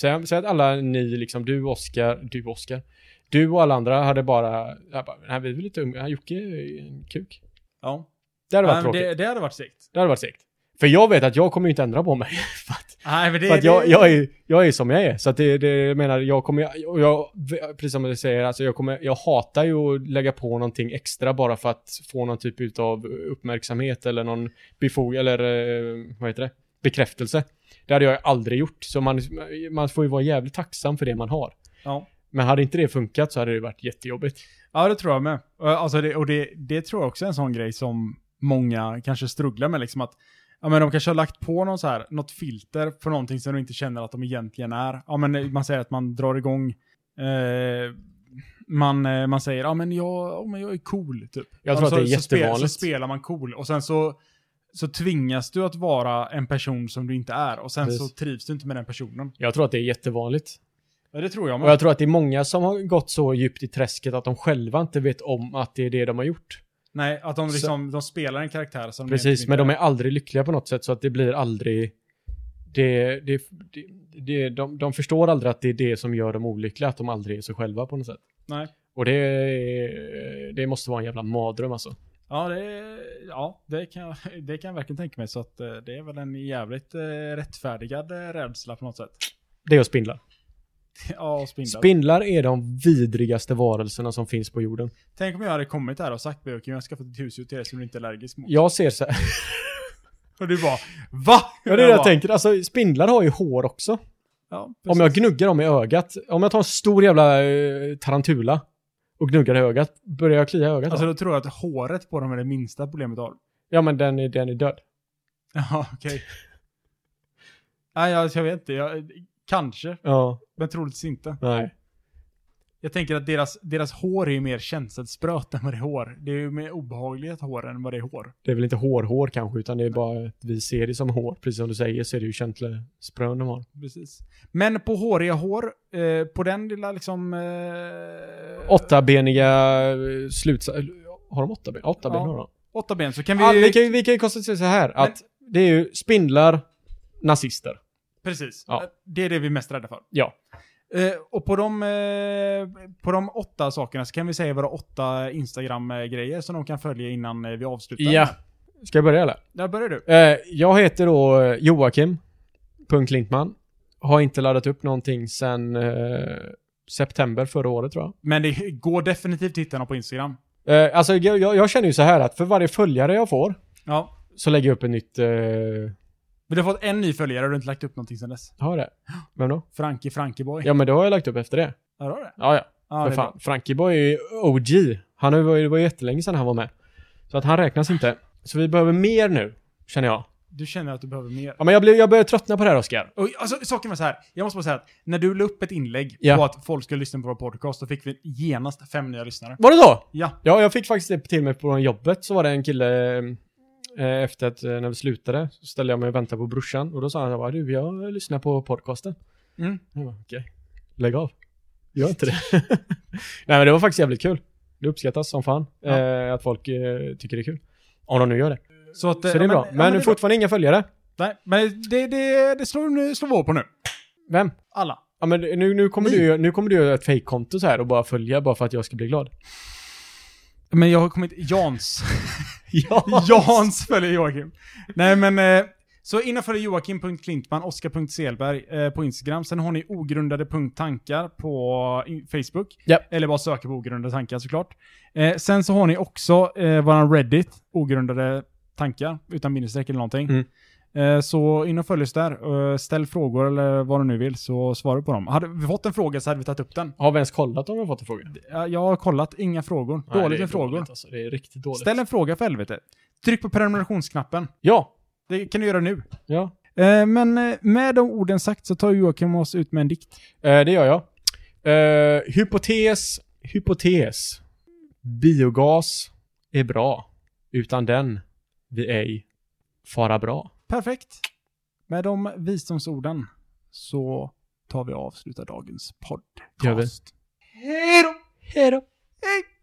Säg, säg att alla ni, liksom du, Oskar, du, Oskar, du och alla andra hade bara... Jag bara Nej, vi vill inte umgås. Han, Jocke är en kuk. Ja. Det hade varit Nej, men tråkigt. det, det hade varit segt. Det hade varit segt. För jag vet att jag kommer ju inte ändra på mig. för att, Nej, men det... för att det- jag, jag, är, jag är som jag är. Så att det, det jag menar, jag kommer ju- och jag, precis som du säger, alltså jag, kommer, jag hatar ju att lägga på någonting extra bara för att få någon typ av uppmärksamhet eller någon befog, eller eh, vad heter det, bekräftelse. Det hade jag ju aldrig gjort. Så man, man får ju vara jävligt tacksam för det man har. Ja. Men hade inte det funkat så hade det varit jättejobbigt. Ja, det tror jag med. Och, Alltså det, och det, det tror jag också är en sån grej som många kanske strugglar med. Liksom att, ja, men de kanske har lagt på någon så här, något filter på någonting som de inte känner att de egentligen är. Ja, men man säger att man drar igång eh, man, eh, man säger ja men jag, oh, men jag är cool typ. Jag tror Och så, att det är så spel- jättevanligt. Så spelar man cool och sen så, så tvingas du att vara en person som du inte är och sen så Precis. trivs du inte med den personen. Jag tror att det är jättevanligt. Ja det tror jag Och med. jag tror att det är många som har gått så djupt i träsket att de själva inte vet om att det är det de har gjort. Nej, att de, Så- liksom, de spelar en karaktär som de Precis, egentligen men inte de är aldrig lyckliga på något sätt så att det blir aldrig... Det, det, det, det, de, de förstår aldrig att det är det som gör dem olyckliga, att de aldrig är sig själva på något sätt. Nej. Och det, är- det måste vara en jävla mardröm alltså. Ja, det, ja det, kan, jag- det kan jag verkligen tänka mig. Så att eh, det är väl en jävligt eh, rättfärdigad eh, rädsla på något sätt. Det är spindlar. Ja, och spindlar. Spindlar är de vidrigaste varelserna som finns på jorden. Tänk om jag hade kommit här och sagt Björk, jag har skaffat ett husdjur till dig som du inte är allergisk mot. Jag ser så här. Och du bara VA? Ja, det är det bara, jag tänker. Alltså, spindlar har ju hår också. Ja, Om jag gnuggar dem i ögat, om jag tar en stor jävla eh, tarantula och gnuggar i ögat, börjar jag klia i ögat? då? Alltså då tror jag att håret på dem är det minsta problemet du har. ja men den är, den är död. Ja, okej. Nej, jag, jag vet inte. Jag, kanske, Ja, men troligtvis inte. nej. Jag tänker att deras, deras hår är ju mer känselspröt än vad det är hår. Det är ju mer obehagligt hår än vad det är hår. Det är väl inte hårhår kanske, utan det är bara att vi ser det som hår. Precis som du säger så är det ju känslosprön de har. Precis. Men på håriga hår, eh, på den lilla liksom... Eh, Åttabeniga eh, sluts... eller, Har de åtta ben? Ja, Åtta ben Ja. har de. åtta ben så kan Vi, vi... ah, vi, kan, ju- vi kan ju konstatera så här att det är ju spindlar, nazister. Precis. Ja. Eh, Det är det vi är mest rädda för. Ja. Eh, och på de, eh, på de åtta sakerna så kan vi säga våra åtta Instagram-grejer som de kan följa innan eh, vi avslutar. Ska jag börja eller? Där börjar du. Eh, jag heter då eh, Joakim. Punkt Lintman. Har inte laddat upp någonting sen eh, september förra året tror jag. Men det går definitivt att hitta dem på Instagram. Eh, alltså jag, jag jag känner ju så här att för varje följare jag får Ja. så lägger jag upp en nytt... Eh, Men du har fått en ny följare och du har inte lagt upp någonting sedan dess. har jag det? Vem då? Frankie Frankieboy. Ja men då har jag lagt upp efter det. Ja, du har det? Ja ja, Ja, det för är fan. Frankieboy är ju OG. Han har ju varit- det var ju jättelänge sedan han var med. Så att han räknas inte. Så vi behöver mer nu, känner jag. bra. Du känner att du behöver mer. Ja men jag, blev, jag börjar tröttna på det här Oskar. Och, alltså, saken var så här, jag måste bara säga att när du la upp ett inlägg Ja. på att folk skulle lyssna på vår podcast, då fick vi genast fem nya lyssnare. Var det så? Ja, Ja, jag fick faktiskt det till mig på jobbet. Så var det en kille eh, efter att eh, när vi slutade så ställde jag mig och väntade på brorsan och då sa han jag bara, du, jag lyssnar på podcasten. Mm. Jag bara, okej, lägg av. Gör inte det. Nej, men det var faktiskt jävligt kul. Det uppskattas som fan Ja. eh, att folk eh, tycker det är kul. Om de nu gör det. så att... Så eh, det är ja, bra. ja, Men, det är fortfarande inga följare. bra. Nej, men det, det, det slår, nu- slår vår på nu. Vem? Alla. Ja, men nu, nu, kommer Ni. du, nu kommer du göra ett fejkkonto så här och bara följa bara för att jag ska bli glad. Men jag har kommit... Jans. Ja. Jans följer Joakim. Nej, men... Eh, så innanför Joakim.Klintman, Oskar.Selberg eh, på Instagram. Sen har ni ogrundade.tankar på in- Facebook. Japp. Eller bara söka på ogrundade tankar såklart. Eh, sen så har ni också eh, våran Reddit, ogrundade tankar, utan minnesstreck eller någonting. Mm. Eh, så in och följ oss där. Eh, ställ frågor eller vad du nu vill så svarar vi på dem. Hade vi fått en fråga så hade vi tagit upp den. Har vi ens kollat om vi har fått en fråga? Ja, Jag har kollat, inga frågor. Nej, det dåligt är med frågor. Alltså. Det är riktigt dåligt. Ställ en fråga för helvete. Tryck på prenumerationsknappen. Ja. Det kan du göra nu. Ja. Eh, men eh, med de orden sagt så tar Joakim oss ut med en dikt. Eh, det gör jag. Eh, hypotes, hypotes. Biogas är bra. Utan den vi ej fara bra. Perfekt. Med de visdomsorden så tar vi och avslutar dagens podcast. Gör vi. Hej då! Hej då! Hej!